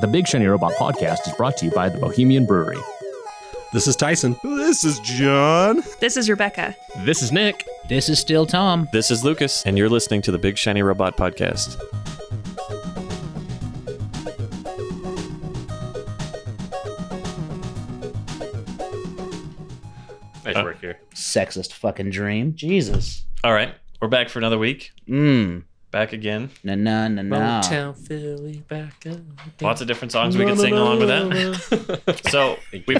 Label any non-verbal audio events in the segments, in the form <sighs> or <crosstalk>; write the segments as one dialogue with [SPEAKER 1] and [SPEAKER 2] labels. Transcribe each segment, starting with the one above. [SPEAKER 1] The Big Shiny Robot podcast is brought to you by the Bohemian Brewery.
[SPEAKER 2] This is Tyson.
[SPEAKER 3] This is John.
[SPEAKER 4] This is Rebecca.
[SPEAKER 1] This is Nick.
[SPEAKER 5] This is still Tom.
[SPEAKER 6] This is Lucas, and you're listening to the Big Shiny Robot Podcast.
[SPEAKER 7] Nice
[SPEAKER 6] Uh,
[SPEAKER 7] work here.
[SPEAKER 5] Sexist fucking dream. Jesus.
[SPEAKER 6] All right, we're back for another week.
[SPEAKER 5] Mmm.
[SPEAKER 6] Back again.
[SPEAKER 5] Na na na
[SPEAKER 3] Ah.
[SPEAKER 5] na.
[SPEAKER 7] Motown Philly back up.
[SPEAKER 6] Lots of different songs we could sing along with that. <laughs> So we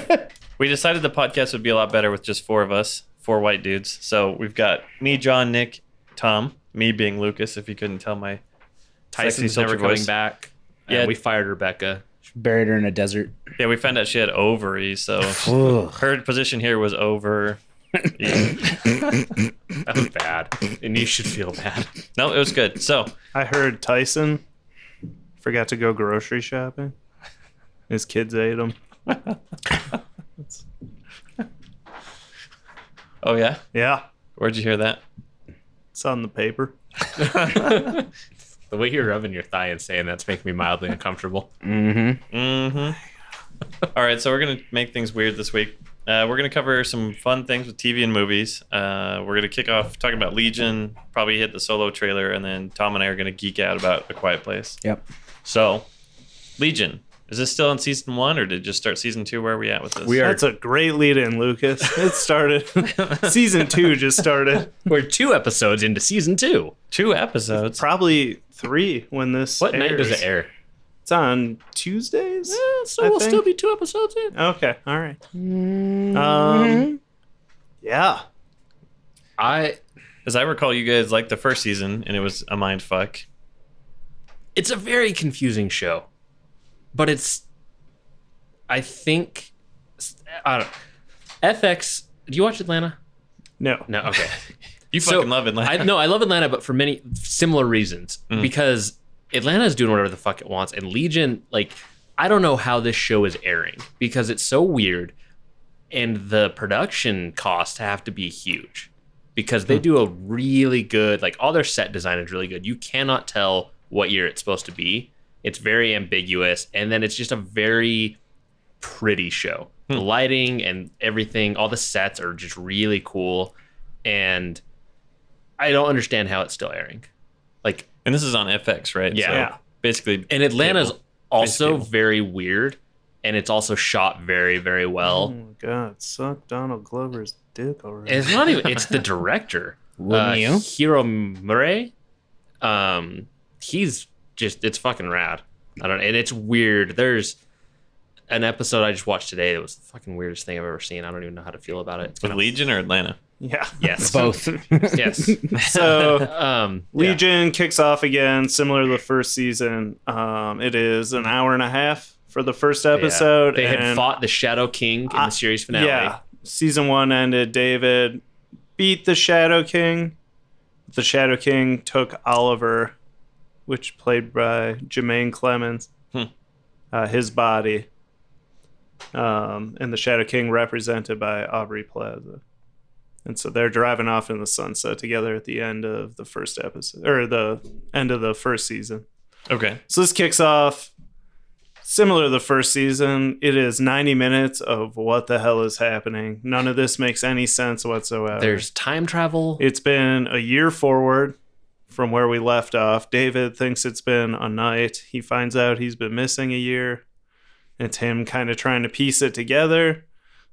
[SPEAKER 6] we decided the podcast would be a lot better with just four of us, four white dudes. So we've got me, John, Nick, Tom, me being Lucas. If you couldn't tell my
[SPEAKER 7] Tyson's
[SPEAKER 6] sultry
[SPEAKER 7] never coming
[SPEAKER 6] voice.
[SPEAKER 7] back. And
[SPEAKER 6] Yeah.
[SPEAKER 7] we fired Rebecca.
[SPEAKER 5] Buried her in a desert.
[SPEAKER 6] Yeah, we found out she had ovaries,
[SPEAKER 7] <laughs>
[SPEAKER 6] so
[SPEAKER 5] Ugh.
[SPEAKER 6] her position here was over. Yeah.
[SPEAKER 7] That was bad, and you should feel bad.
[SPEAKER 6] No, it was good. So
[SPEAKER 3] I heard Tyson forgot to go grocery shopping. His kids ate him.
[SPEAKER 6] oh yeah,
[SPEAKER 3] Yeah,
[SPEAKER 6] where'd you hear that?
[SPEAKER 3] it's on the paper.
[SPEAKER 7] The way you're rubbing your thigh and saying that's making me mildly uncomfortable.
[SPEAKER 5] Mm-hmm.
[SPEAKER 6] Mm-hmm. <laughs> All right, so we're gonna make things weird this week. Uh, we're gonna cover some fun things with TV and movies. Uh, we're gonna kick off talking about Legion, probably hit the solo trailer, and then Tom and I are gonna geek out about A Quiet Place.
[SPEAKER 5] Yep.
[SPEAKER 6] So, Legion, is this still in season one, or did it just start season two? Where are we at with this?
[SPEAKER 7] We are-
[SPEAKER 3] That's a great lead in, Lucas. It
[SPEAKER 7] <laughs>
[SPEAKER 3] started. season two just started.
[SPEAKER 7] We're two episodes into season two.
[SPEAKER 6] two episodes.
[SPEAKER 3] Probably three when this.
[SPEAKER 7] What night does
[SPEAKER 3] airs.
[SPEAKER 7] it air?
[SPEAKER 3] It's on Tuesdays.
[SPEAKER 7] so
[SPEAKER 3] I we'll think- still
[SPEAKER 7] be two episodes in.
[SPEAKER 3] Okay, all right.
[SPEAKER 7] Mm-hmm.
[SPEAKER 3] Um, yeah,
[SPEAKER 7] I.
[SPEAKER 6] As I recall, you guys liked the first season, and it was a mind fuck.
[SPEAKER 7] It's a very confusing show, but it's. I think. I don't. FX. Do you watch Atlanta?
[SPEAKER 3] no,
[SPEAKER 7] No. Okay.
[SPEAKER 6] You
[SPEAKER 7] So,
[SPEAKER 6] fucking love Atlanta.
[SPEAKER 7] I, no, I love Atlanta, but for many similar reasons. Because Atlanta is doing whatever the fuck it wants, and Legion, like, I don't know how this show is airing because it's so weird, and the production costs have to be huge because they do a really good, like, all their set design is really good. You cannot tell what year it's supposed to be. It's very ambiguous, and then it's just a very pretty show. The lighting and everything, all the sets are just really cool, and I don't understand how it's still airing. Like,
[SPEAKER 6] and this is on FX, right?
[SPEAKER 7] Yeah.
[SPEAKER 6] So
[SPEAKER 3] yeah.
[SPEAKER 6] basically,
[SPEAKER 7] and Atlanta's
[SPEAKER 6] Cable.
[SPEAKER 7] also
[SPEAKER 6] cable.
[SPEAKER 7] very weird, and it's also shot very, very well.
[SPEAKER 3] Oh my god, suck Donald Glover's dick already.
[SPEAKER 7] It's not even. It's the
[SPEAKER 3] <laughs>
[SPEAKER 7] director, uh,
[SPEAKER 5] Wouldn't you?
[SPEAKER 7] Hiro Murray. Um, he's just. It's fucking rad. I don't. And it's weird. There's an episode I just watched today that was the fucking weirdest thing I've ever seen. I don't even know how to feel about it. It's
[SPEAKER 3] <laughs>
[SPEAKER 6] with
[SPEAKER 7] gonna-
[SPEAKER 6] Legion or Atlanta.
[SPEAKER 3] yeah. <laughs>
[SPEAKER 7] Yes.
[SPEAKER 5] Both. <laughs>
[SPEAKER 7] yes.
[SPEAKER 3] So <laughs>
[SPEAKER 7] Um. yeah.
[SPEAKER 3] Legion kicks off again, similar to the first season. Um, it is an hour and a half for the first
[SPEAKER 7] Yeah.
[SPEAKER 3] episode.
[SPEAKER 7] They had
[SPEAKER 3] and-
[SPEAKER 7] fought the Shadow King in
[SPEAKER 3] Uh,
[SPEAKER 7] the series finale.
[SPEAKER 3] Yeah, season one ended. David beat the Shadow King. The Shadow King took Oliver, which played by Jermaine Clemens,
[SPEAKER 6] Hmm.
[SPEAKER 3] uh, his body, um, and the Shadow King represented by Aubrey Plaza. And so they're driving off in the sunset together at the end of the first episode or the end of the first season.
[SPEAKER 6] Okay.
[SPEAKER 3] So this kicks off similar to the first season. It is 90 minutes of what the hell is happening. None of this makes any sense whatsoever.
[SPEAKER 7] There's time travel.
[SPEAKER 3] it's been a year forward from where we left off. David thinks it's been a night. He finds out he's been missing a year. It's him kind of trying to piece it together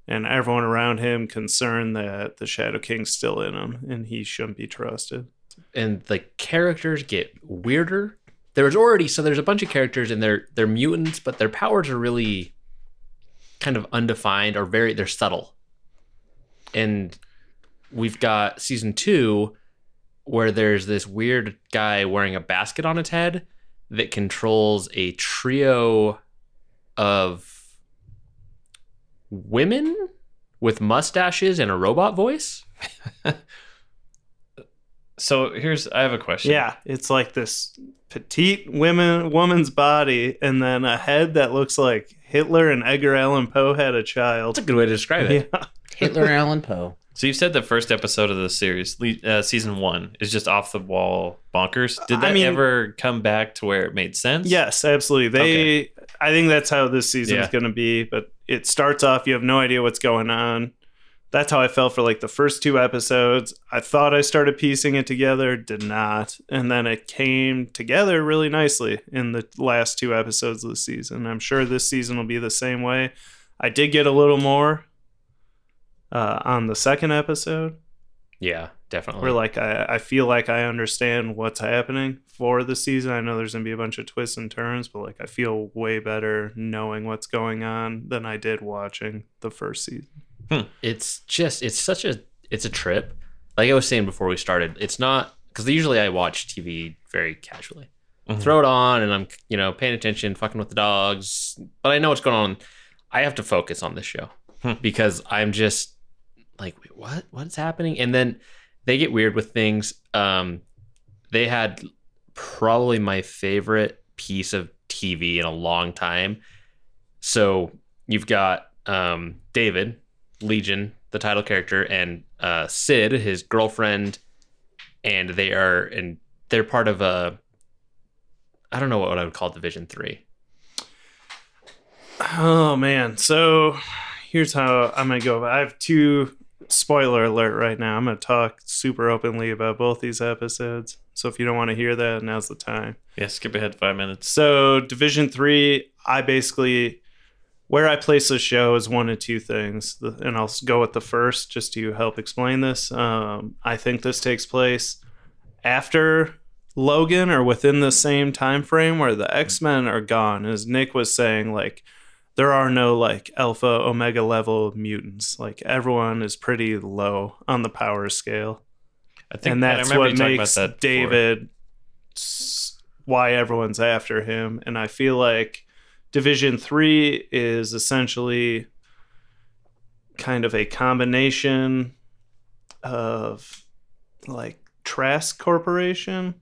[SPEAKER 3] and everyone around him concerned that the Shadow King's still in him and he shouldn't be trusted.
[SPEAKER 7] and the characters get weirder. There's already so there's a bunch of characters and they're they're mutants, but their powers are really kind of undefined or very they're subtle. And we've got season two where there's this weird guy wearing a basket on his head that controls a trio of women with mustaches and a robot voice.
[SPEAKER 6] So here's I have a question.
[SPEAKER 3] Yeah, it's like this petite women woman's body, and then a head that looks like Hitler and Edgar Allan Poe had a
[SPEAKER 7] That's a
[SPEAKER 3] child.
[SPEAKER 7] good way to describe it.
[SPEAKER 3] Yeah.
[SPEAKER 5] Hitler and Allan Poe.
[SPEAKER 6] So you said the first episode of the series, le- uh, season one, is just off the wall bonkers. Did
[SPEAKER 3] I
[SPEAKER 6] that
[SPEAKER 3] mean-
[SPEAKER 6] ever come back to where it made sense?
[SPEAKER 3] Yes, absolutely. They I think that's how this season's
[SPEAKER 7] Yeah.
[SPEAKER 3] going to be. But it starts off, you have no idea what's going on. That's how I felt for like the first two episodes. I thought I started piecing it together, did not. And then it came together really nicely in the last two episodes of the season. I'm sure this season will be the same way. I did get a little more uh, on the second episode
[SPEAKER 7] Yeah, definitely.
[SPEAKER 3] where like I, I feel like I understand what's happening for the season. I know there's gonna be a bunch of twists and turns, but like I feel way better knowing what's going on than I did watching the first season.
[SPEAKER 7] it's just it's such a it's a trip like i was saying before we started it's not because usually i watch tv very casually
[SPEAKER 6] Mhm.
[SPEAKER 7] throw it on and i'm you know paying attention fucking with the dogs but i know what's going on i have to focus on this show
[SPEAKER 6] Hmm.
[SPEAKER 7] because i'm just like wait what what's happening and then they get weird with things um they had probably my favorite piece of tv in a long time so you've got um david Legion, the title character, and uh, Sid, his girlfriend, and they are and they're part of a. I don't know what I would call Division Three.
[SPEAKER 3] Oh man. So here's how I'm gonna go about I have two spoiler alert right now. I'm gonna talk super openly about both these episodes. So if you don't wanna hear that, now's the time.
[SPEAKER 6] Yeah, skip ahead five minutes.
[SPEAKER 3] So Division Three, I basically where I place the show is one of two things, The- and I'll s- go with the first just to help explain this. Um, I think this takes place after Logan or within the same time frame where the X Men are gone, as Nick was saying, like there are no like alpha omega level mutants. Like everyone is pretty low on the power scale
[SPEAKER 6] I think
[SPEAKER 3] and that's
[SPEAKER 6] I remember
[SPEAKER 3] what
[SPEAKER 6] you talking
[SPEAKER 3] makes
[SPEAKER 6] about that before.
[SPEAKER 3] David s- why everyone's after him. And I feel like Division Three is essentially kind of a combination of like Trask Corporation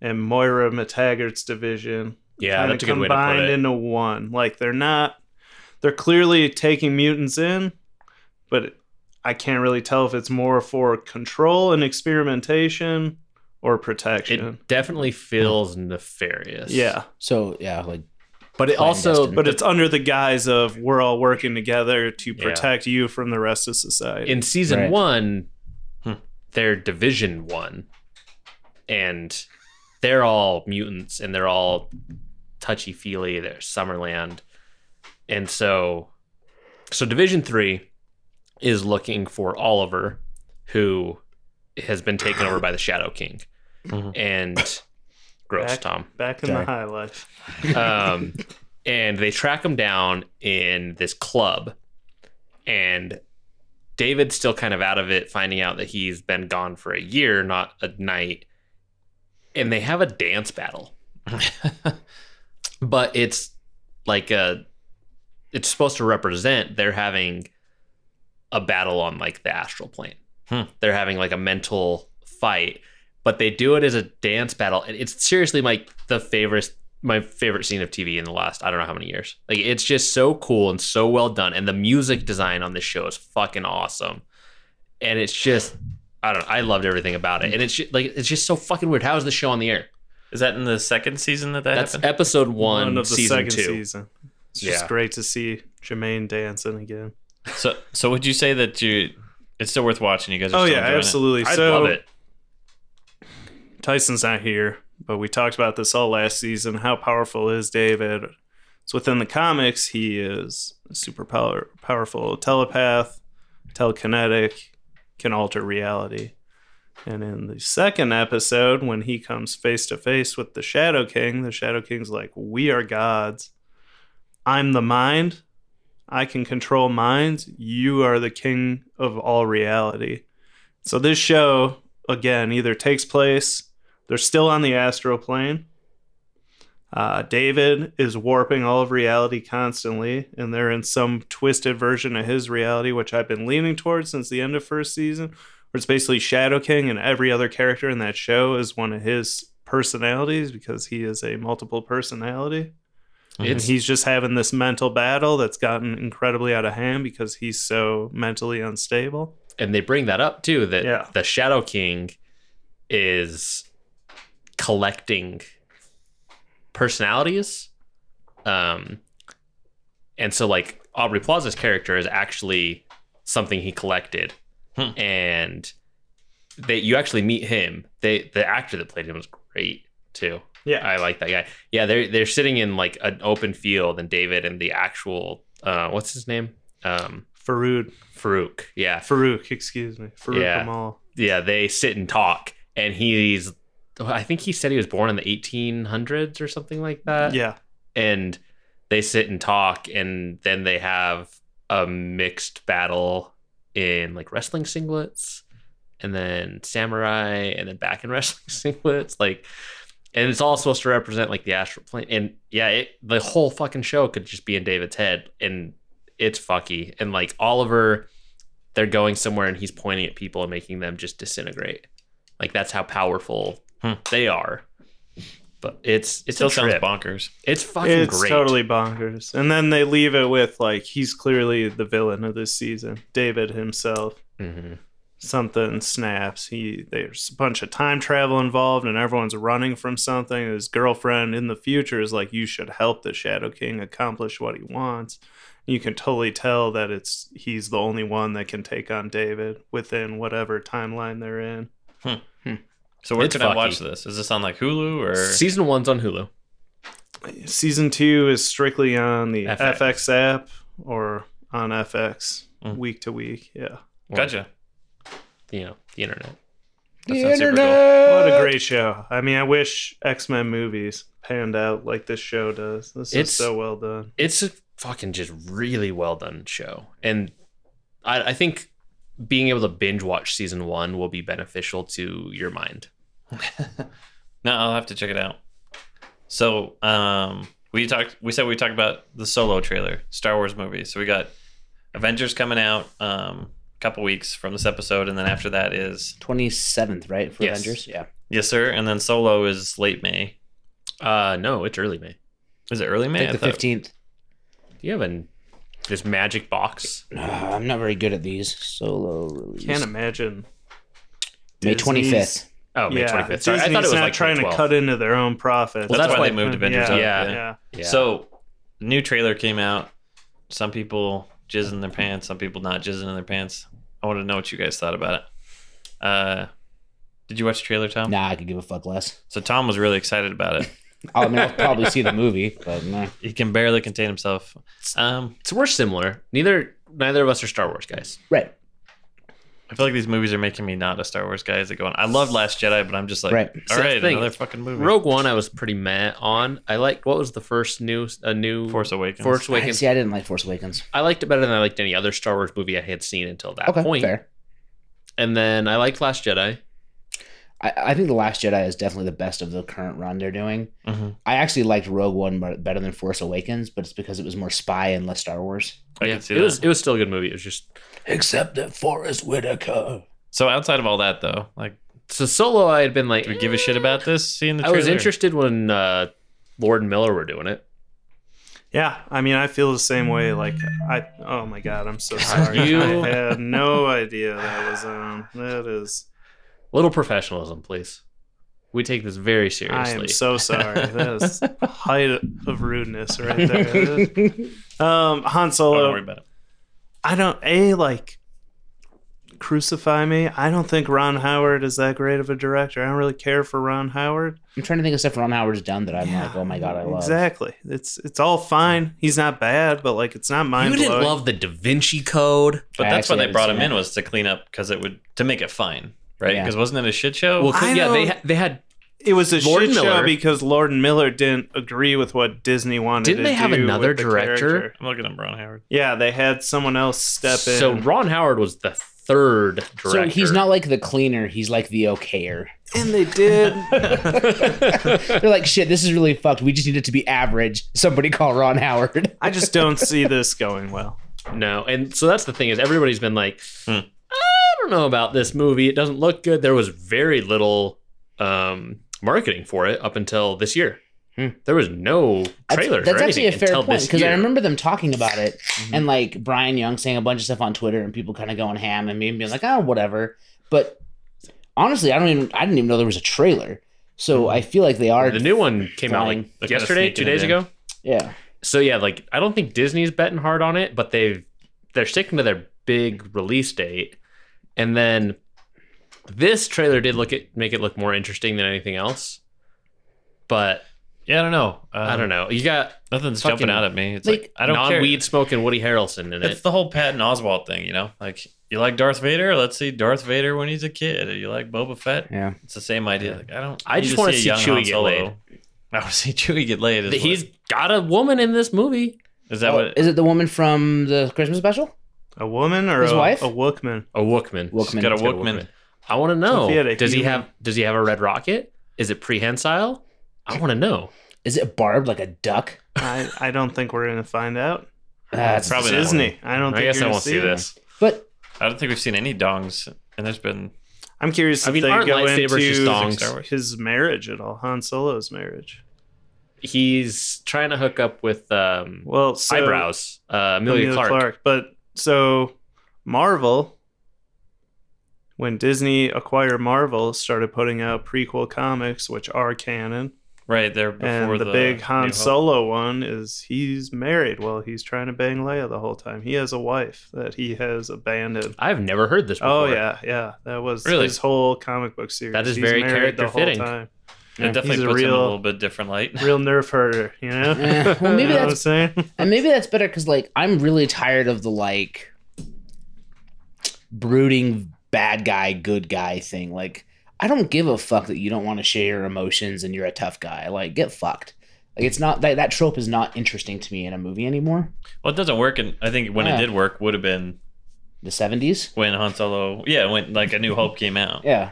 [SPEAKER 3] and Moira McTaggart's division
[SPEAKER 7] Yeah,
[SPEAKER 3] kind of
[SPEAKER 7] that's a good way to
[SPEAKER 3] combined
[SPEAKER 7] put it.
[SPEAKER 3] into one. Like they're not, they're clearly taking mutants in, but I can't really tell if it's more for control and experimentation or protection.
[SPEAKER 7] It definitely feels nefarious.
[SPEAKER 3] yeah,
[SPEAKER 5] So yeah, like
[SPEAKER 7] but it also
[SPEAKER 5] Clandestine.
[SPEAKER 7] but
[SPEAKER 3] but it's under the guise of we're all working together to
[SPEAKER 7] Yeah.
[SPEAKER 3] protect you from the rest of society.
[SPEAKER 7] in season
[SPEAKER 5] Right.
[SPEAKER 7] one,
[SPEAKER 6] Hmm.
[SPEAKER 7] they're Division One, and they're all mutants and they're all touchy feely. They're Summerland, and so so Division Three is looking for Oliver, who has been taken over by the Shadow King,
[SPEAKER 6] Mhm.
[SPEAKER 7] and gross
[SPEAKER 3] Back-
[SPEAKER 7] Tom.
[SPEAKER 3] Back in
[SPEAKER 5] Sorry.
[SPEAKER 3] the high life.
[SPEAKER 7] Um, and they track him down in this club. And David's still kind of out of it, finding out that he's been gone for a year, not a night. And they have a dance battle. but it's like a, it's supposed to represent they're having a battle on like the astral plane.
[SPEAKER 6] Hmm.
[SPEAKER 7] They're having like a mental fight, but they do it as a dance battle. And it's seriously like the favorite my favorite scene of TV in the last I don't know how many years. Like it's just so cool and so well done, and the music design on this show is fucking awesome. And it's just I don't know, I loved everything about it, and it's ju- like it's just so fucking weird. How is the show on the air?
[SPEAKER 6] Is that in the second season that that
[SPEAKER 7] That's
[SPEAKER 6] happened?
[SPEAKER 7] episode one,
[SPEAKER 3] of the
[SPEAKER 7] season
[SPEAKER 3] second
[SPEAKER 7] two.
[SPEAKER 3] season. It's just
[SPEAKER 7] Yeah.
[SPEAKER 3] great to see Jermaine dancing again.
[SPEAKER 6] <laughs> so, so would you say that you? It's still worth watching. You guys. Are
[SPEAKER 3] Oh
[SPEAKER 6] still
[SPEAKER 3] yeah,
[SPEAKER 6] enjoying it?
[SPEAKER 3] absolutely.
[SPEAKER 7] I
[SPEAKER 3] so
[SPEAKER 7] love it.
[SPEAKER 3] Tyson's not here, but we talked about this all last season. How powerful is David? So within the comics, he is a super power, powerful telepath, telekinetic, can alter reality. And in the second episode, when he comes face to face with the Shadow King, the Shadow King's like, We are gods. I'm the mind. I can control minds. You are the king of all reality. So this show, again, either takes place, they're still on the astral plane. Uh, David is warping all of reality constantly, and they're in some twisted version of his reality, which I've been leaning towards since the end of first season, where it's basically Shadow King and every other character in that show is one of his personalities because he is a multiple personality.
[SPEAKER 7] It's
[SPEAKER 3] And he's just having this mental battle that's gotten incredibly out of hand because he's so mentally unstable.
[SPEAKER 7] and they bring that up too that
[SPEAKER 3] Yeah.
[SPEAKER 7] the Shadow King is collecting personalities Um, and so like Aubrey Plaza's character is actually something he collected,
[SPEAKER 6] Hmm.
[SPEAKER 7] and they you actually meet him. They the actor that played him was great too.
[SPEAKER 3] Yeah.
[SPEAKER 7] I like that guy. Yeah, they're they're sitting in like an open field, and David and the actual uh, what's his name, um,
[SPEAKER 3] Farouk.
[SPEAKER 7] Farouk. Yeah,
[SPEAKER 3] Farouk, excuse me. Farouk
[SPEAKER 7] Yeah.
[SPEAKER 3] Amal.
[SPEAKER 7] yeah, they sit and talk, and he's. I think he said he was born in the 1800s or something like that.
[SPEAKER 3] Yeah.
[SPEAKER 7] And they sit and talk, and then they have a mixed battle in like wrestling singlets, and then samurai, and then back in <laughs> wrestling singlets. Like, and it's all supposed to represent like the astral plane. And yeah, it, the whole fucking show could just be in David's head, and it's fucky. And like Oliver, they're going somewhere, and he's pointing at people and making them just disintegrate. Like that's how powerful
[SPEAKER 6] Hmm.
[SPEAKER 7] they are. But it's
[SPEAKER 6] It
[SPEAKER 7] it's
[SPEAKER 6] still
[SPEAKER 7] a
[SPEAKER 6] sounds
[SPEAKER 7] trip.
[SPEAKER 6] bonkers.
[SPEAKER 7] It's fucking
[SPEAKER 3] It's
[SPEAKER 7] great.
[SPEAKER 3] totally bonkers. And then they leave it with like he's clearly the villain of this season. David himself.
[SPEAKER 7] Mhm.
[SPEAKER 3] something snaps. He there's a bunch of time travel involved, and everyone's running from something. His girlfriend in the future is like, "You should help the Shadow King accomplish what he wants." You can totally tell that it's he's the only one that can take on David within whatever timeline they're in.
[SPEAKER 6] So where
[SPEAKER 7] It's
[SPEAKER 6] can I
[SPEAKER 7] fucky.
[SPEAKER 6] watch this? Is this on like Hulu or?
[SPEAKER 7] Season one's on Hulu.
[SPEAKER 3] Season two is strictly on the
[SPEAKER 7] FX.
[SPEAKER 3] FX, app or on FX
[SPEAKER 6] Mm.
[SPEAKER 3] week to week. Yeah,
[SPEAKER 6] gotcha.
[SPEAKER 7] You know, the internet.
[SPEAKER 6] That
[SPEAKER 5] The
[SPEAKER 6] sounds super cool.
[SPEAKER 5] internet.
[SPEAKER 3] what a great show! I mean, I wish X Men movies panned out like this show does. This
[SPEAKER 7] It's-
[SPEAKER 3] is so well done.
[SPEAKER 7] It's a fucking just really well done show. And I, I think being able to binge watch season one will be beneficial to your mind.
[SPEAKER 6] No, I'll have to check it out. So, um, we talked. We said we talked about the solo trailer, Star Wars movie. So we got Avengers coming out um, a couple weeks from this episode, and then after that <laughs> is
[SPEAKER 5] Twenty seventh, right? For
[SPEAKER 7] Yes.
[SPEAKER 5] Avengers. Yeah.
[SPEAKER 6] yes, sir. And then Solo is late May.
[SPEAKER 7] Uh no, it's early May.
[SPEAKER 6] Is it early
[SPEAKER 5] I
[SPEAKER 6] May?
[SPEAKER 5] think the
[SPEAKER 6] I thought-
[SPEAKER 5] fifteenth.
[SPEAKER 7] Do you have an this magic box?
[SPEAKER 5] I'm not very good at these solo release.
[SPEAKER 3] Can't imagine.
[SPEAKER 5] May
[SPEAKER 3] Disney's-
[SPEAKER 5] twenty fifth.
[SPEAKER 7] Oh, May
[SPEAKER 3] yeah,
[SPEAKER 7] twenty fifth. Sorry, I
[SPEAKER 3] Disney's
[SPEAKER 7] thought it was
[SPEAKER 3] not
[SPEAKER 7] like
[SPEAKER 3] trying to cut into their own profits.
[SPEAKER 7] Well,
[SPEAKER 6] that's,
[SPEAKER 7] that's
[SPEAKER 6] why
[SPEAKER 7] why-
[SPEAKER 6] they moved Avengers.
[SPEAKER 3] yeah,
[SPEAKER 6] up,
[SPEAKER 7] yeah.
[SPEAKER 3] yeah.
[SPEAKER 7] So
[SPEAKER 6] So, new trailer came out. Some people jizzing their pants, some people not jizzing in their pants. I want to know what you guys thought about it. Uh, did you watch the trailer, Tom?
[SPEAKER 5] Nah, I could give a fuck less. Oh,
[SPEAKER 6] So Tom was really excited about it.
[SPEAKER 5] I mean, I'll probably see the movie, but nah.
[SPEAKER 6] he can barely contain himself. Um,
[SPEAKER 7] so we're similar. Neither neither of us are Star Wars guys.
[SPEAKER 5] right,
[SPEAKER 6] I feel like these movies are making me not a Star Wars guy. As they go on, I love Last Jedi, but I'm just like,
[SPEAKER 5] Right.
[SPEAKER 6] all
[SPEAKER 7] So that's
[SPEAKER 6] right,
[SPEAKER 7] the thing.
[SPEAKER 6] another fucking movie.
[SPEAKER 7] Rogue One I was pretty meh on. I liked what was the first new a new
[SPEAKER 6] Force Awakens.
[SPEAKER 7] Force
[SPEAKER 5] I,
[SPEAKER 7] Awakens.
[SPEAKER 5] see, I didn't like Force Awakens.
[SPEAKER 7] I liked it better than I liked any other Star Wars movie I had seen until that
[SPEAKER 5] Okay,
[SPEAKER 7] point.
[SPEAKER 5] fair.
[SPEAKER 7] And then I liked Last Jedi.
[SPEAKER 5] I, I think the Last Jedi is definitely the best of the current run they're doing.
[SPEAKER 6] Mhm.
[SPEAKER 5] I actually liked Rogue One more- better than Force Awakens, but it's because it was more spy and less Star Wars.
[SPEAKER 6] I can see
[SPEAKER 7] it
[SPEAKER 6] that.
[SPEAKER 7] was it was still a good movie. It was just
[SPEAKER 5] Except that Forrest Whitaker.
[SPEAKER 6] so outside of all that, though, like,
[SPEAKER 7] so solo. I had been like,
[SPEAKER 6] do we give a shit about this? Seeing the
[SPEAKER 7] I
[SPEAKER 6] trailer,
[SPEAKER 7] was interested when uh, Lord and Miller were doing it.
[SPEAKER 3] Yeah, I mean, I feel the same way. Like, I oh my god, I'm so sorry.
[SPEAKER 7] You-
[SPEAKER 3] I had no idea that was on. That is,
[SPEAKER 7] A little professionalism, please. We take this very
[SPEAKER 3] I
[SPEAKER 7] seriously. <laughs>
[SPEAKER 3] am so sorry. That is the height of rudeness
[SPEAKER 7] <laughs>
[SPEAKER 3] right there. um,
[SPEAKER 6] Don't
[SPEAKER 3] Han
[SPEAKER 6] worry
[SPEAKER 3] Solo.
[SPEAKER 6] about it.
[SPEAKER 3] I don't a like crucify me. I don't think Ron Howard is that great of a director. I don't really care for Ron Howard.
[SPEAKER 5] <laughs> I'm trying to think of stuff Ron Howard's done that I'm like, oh my god, I love.
[SPEAKER 3] Exactly. It's it's all fine. He's not bad, but like it's not mind
[SPEAKER 7] you
[SPEAKER 3] blowing.
[SPEAKER 7] didn't love the Da Vinci Code.
[SPEAKER 6] But
[SPEAKER 5] I
[SPEAKER 6] that's why
[SPEAKER 5] actually
[SPEAKER 6] they brought him
[SPEAKER 5] haven't
[SPEAKER 6] in
[SPEAKER 5] seen
[SPEAKER 6] was to clean up because it would to make it fine, right?
[SPEAKER 5] Yeah.
[SPEAKER 6] Because wasn't it a shit show?
[SPEAKER 7] Well, 'cause-
[SPEAKER 3] I
[SPEAKER 7] yeah, they
[SPEAKER 3] don't-
[SPEAKER 7] ha- they had
[SPEAKER 3] it was a
[SPEAKER 7] Lord
[SPEAKER 3] shit
[SPEAKER 7] Miller-
[SPEAKER 3] show because Lord and Miller didn't agree with what Disney wanted.
[SPEAKER 7] Didn't
[SPEAKER 3] to
[SPEAKER 7] they have
[SPEAKER 3] do
[SPEAKER 7] another
[SPEAKER 3] with the
[SPEAKER 7] director?
[SPEAKER 3] character.
[SPEAKER 6] I'm looking at Ron Howard.
[SPEAKER 3] Yeah, they had someone else step in.
[SPEAKER 7] so Ron Howard was the third director.
[SPEAKER 5] So he's not like the cleaner; he's like the okayer.
[SPEAKER 3] and they did.
[SPEAKER 7] <laughs>
[SPEAKER 5] They're like, shit, this is really fucked. We just need it to be average. Somebody call Ron Howard.
[SPEAKER 3] I
[SPEAKER 5] <laughs>
[SPEAKER 3] just don't see this going well.
[SPEAKER 7] No, and so that's the thing is everybody's been like,
[SPEAKER 6] Hmm.
[SPEAKER 7] I don't know about this movie. It doesn't look good. There was very little um, marketing for it up until this year.
[SPEAKER 5] Hmm.
[SPEAKER 7] There was no
[SPEAKER 5] That's-
[SPEAKER 7] trailer.
[SPEAKER 5] That's,
[SPEAKER 7] or
[SPEAKER 5] actually a
[SPEAKER 7] anything
[SPEAKER 5] fair
[SPEAKER 7] until
[SPEAKER 5] point
[SPEAKER 7] this
[SPEAKER 5] because I
[SPEAKER 7] year. Mm-hmm.
[SPEAKER 5] remember them talking about it and like Brian Young saying a bunch of stuff on Twitter and people kind of going ham and me being like, oh, whatever. But honestly, I don't even I didn't even know there was a trailer. So I feel like they are
[SPEAKER 7] Mm-hmm. the new one came out
[SPEAKER 5] Flying.
[SPEAKER 7] like
[SPEAKER 6] They're kinda
[SPEAKER 7] yesterday,
[SPEAKER 6] sneaking
[SPEAKER 7] two
[SPEAKER 6] it
[SPEAKER 7] days
[SPEAKER 6] in.
[SPEAKER 7] ago.
[SPEAKER 5] Yeah,
[SPEAKER 7] so yeah, like I don't think Disney's betting hard on it, but they've they're sticking to their big release date. And then this trailer did look it make it look more interesting than anything else. But
[SPEAKER 6] Yeah, I don't know. Uh,
[SPEAKER 7] I don't know. You got
[SPEAKER 6] Nothing's
[SPEAKER 7] Fucking-
[SPEAKER 6] jumping out at me. It's
[SPEAKER 5] like,
[SPEAKER 6] like, I don't care.
[SPEAKER 7] non-weed smoking Woody Harrelson in
[SPEAKER 6] It's
[SPEAKER 7] it.
[SPEAKER 6] the whole Patton Oswald thing, you know. Like you like Darth Vader, let's see Darth Vader when he's a kid. Or you like Boba Fett,
[SPEAKER 5] Yeah.
[SPEAKER 6] it's the same idea. Like I don't.
[SPEAKER 7] I
[SPEAKER 6] need
[SPEAKER 7] just wanna
[SPEAKER 6] a
[SPEAKER 7] see
[SPEAKER 6] young
[SPEAKER 7] Chewie
[SPEAKER 6] Han
[SPEAKER 7] get
[SPEAKER 6] Solo.
[SPEAKER 7] laid.
[SPEAKER 6] <laughs> I want to see Chewie get laid. Is, what-
[SPEAKER 7] He's got a woman in this movie.
[SPEAKER 6] is that
[SPEAKER 5] Oh,
[SPEAKER 6] what?
[SPEAKER 5] is it the woman from the Christmas special?
[SPEAKER 3] A woman or
[SPEAKER 5] His
[SPEAKER 3] a,
[SPEAKER 5] wife?
[SPEAKER 3] a Wookman?
[SPEAKER 7] A Wookman.
[SPEAKER 5] Wookman.
[SPEAKER 6] got a
[SPEAKER 7] He's got a
[SPEAKER 6] Wookman.
[SPEAKER 7] Wookman. I want to know.
[SPEAKER 3] if he had a
[SPEAKER 7] does he
[SPEAKER 3] human-
[SPEAKER 7] have does he have a red rocket? Is it prehensile? I want to know.
[SPEAKER 5] Is it barbed like a duck?
[SPEAKER 3] I, I don't think we're gonna find out.
[SPEAKER 7] Uh,
[SPEAKER 5] That's
[SPEAKER 6] Probably not.
[SPEAKER 3] Disney. I don't.
[SPEAKER 7] I
[SPEAKER 3] think
[SPEAKER 7] guess
[SPEAKER 3] you're
[SPEAKER 7] I
[SPEAKER 3] gonna
[SPEAKER 7] won't see
[SPEAKER 3] it.
[SPEAKER 7] this.
[SPEAKER 5] But
[SPEAKER 6] I don't think we've seen any dongs, and there's been
[SPEAKER 3] I'm curious
[SPEAKER 7] I
[SPEAKER 3] if
[SPEAKER 7] mean,
[SPEAKER 3] they
[SPEAKER 7] aren't
[SPEAKER 3] go
[SPEAKER 7] lightsabers just dongs?
[SPEAKER 3] into his marriage at all. Han Solo's marriage.
[SPEAKER 7] He's trying to hook up with um,
[SPEAKER 3] Well, so,
[SPEAKER 7] eyebrows. Uh, Amelia,
[SPEAKER 3] Amelia
[SPEAKER 7] Clark.
[SPEAKER 3] But so Marvel, when Disney acquired Marvel, started putting out prequel comics, which are canon.
[SPEAKER 6] right there before
[SPEAKER 3] and the, big
[SPEAKER 6] New
[SPEAKER 3] Han
[SPEAKER 6] Hope.
[SPEAKER 3] Solo one is he's married. Well, he's trying to bang Leia the whole time. He has a wife that he has abandoned.
[SPEAKER 7] I've never heard this. before.
[SPEAKER 3] Oh yeah, yeah. That was
[SPEAKER 7] Really?
[SPEAKER 3] his whole comic book series.
[SPEAKER 7] That is
[SPEAKER 3] He's
[SPEAKER 7] very
[SPEAKER 3] married
[SPEAKER 7] character
[SPEAKER 3] the whole
[SPEAKER 7] fitting.
[SPEAKER 3] time.
[SPEAKER 6] It definitely
[SPEAKER 3] He's a
[SPEAKER 6] puts him in a
[SPEAKER 3] real-
[SPEAKER 6] little bit different light. <laughs>
[SPEAKER 3] Real nerve herder, you know.
[SPEAKER 5] Eh,
[SPEAKER 3] <laughs>
[SPEAKER 5] well, maybe
[SPEAKER 3] You know what I'm
[SPEAKER 5] that's-
[SPEAKER 3] saying.
[SPEAKER 5] and maybe that's better because like I'm really tired of the like brooding bad guy, good guy thing. Like I don't give a fuck that you don't want to share your emotions and you're a tough guy. Like get fucked. Like it's not that that trope is not interesting to me in a movie anymore.
[SPEAKER 6] Well, it doesn't work, and I think when
[SPEAKER 5] Yeah.
[SPEAKER 6] it <laughs> did work, would have been
[SPEAKER 5] The seventies.
[SPEAKER 6] when Han Solo, yeah, when like a New Hope came out.
[SPEAKER 5] Yeah.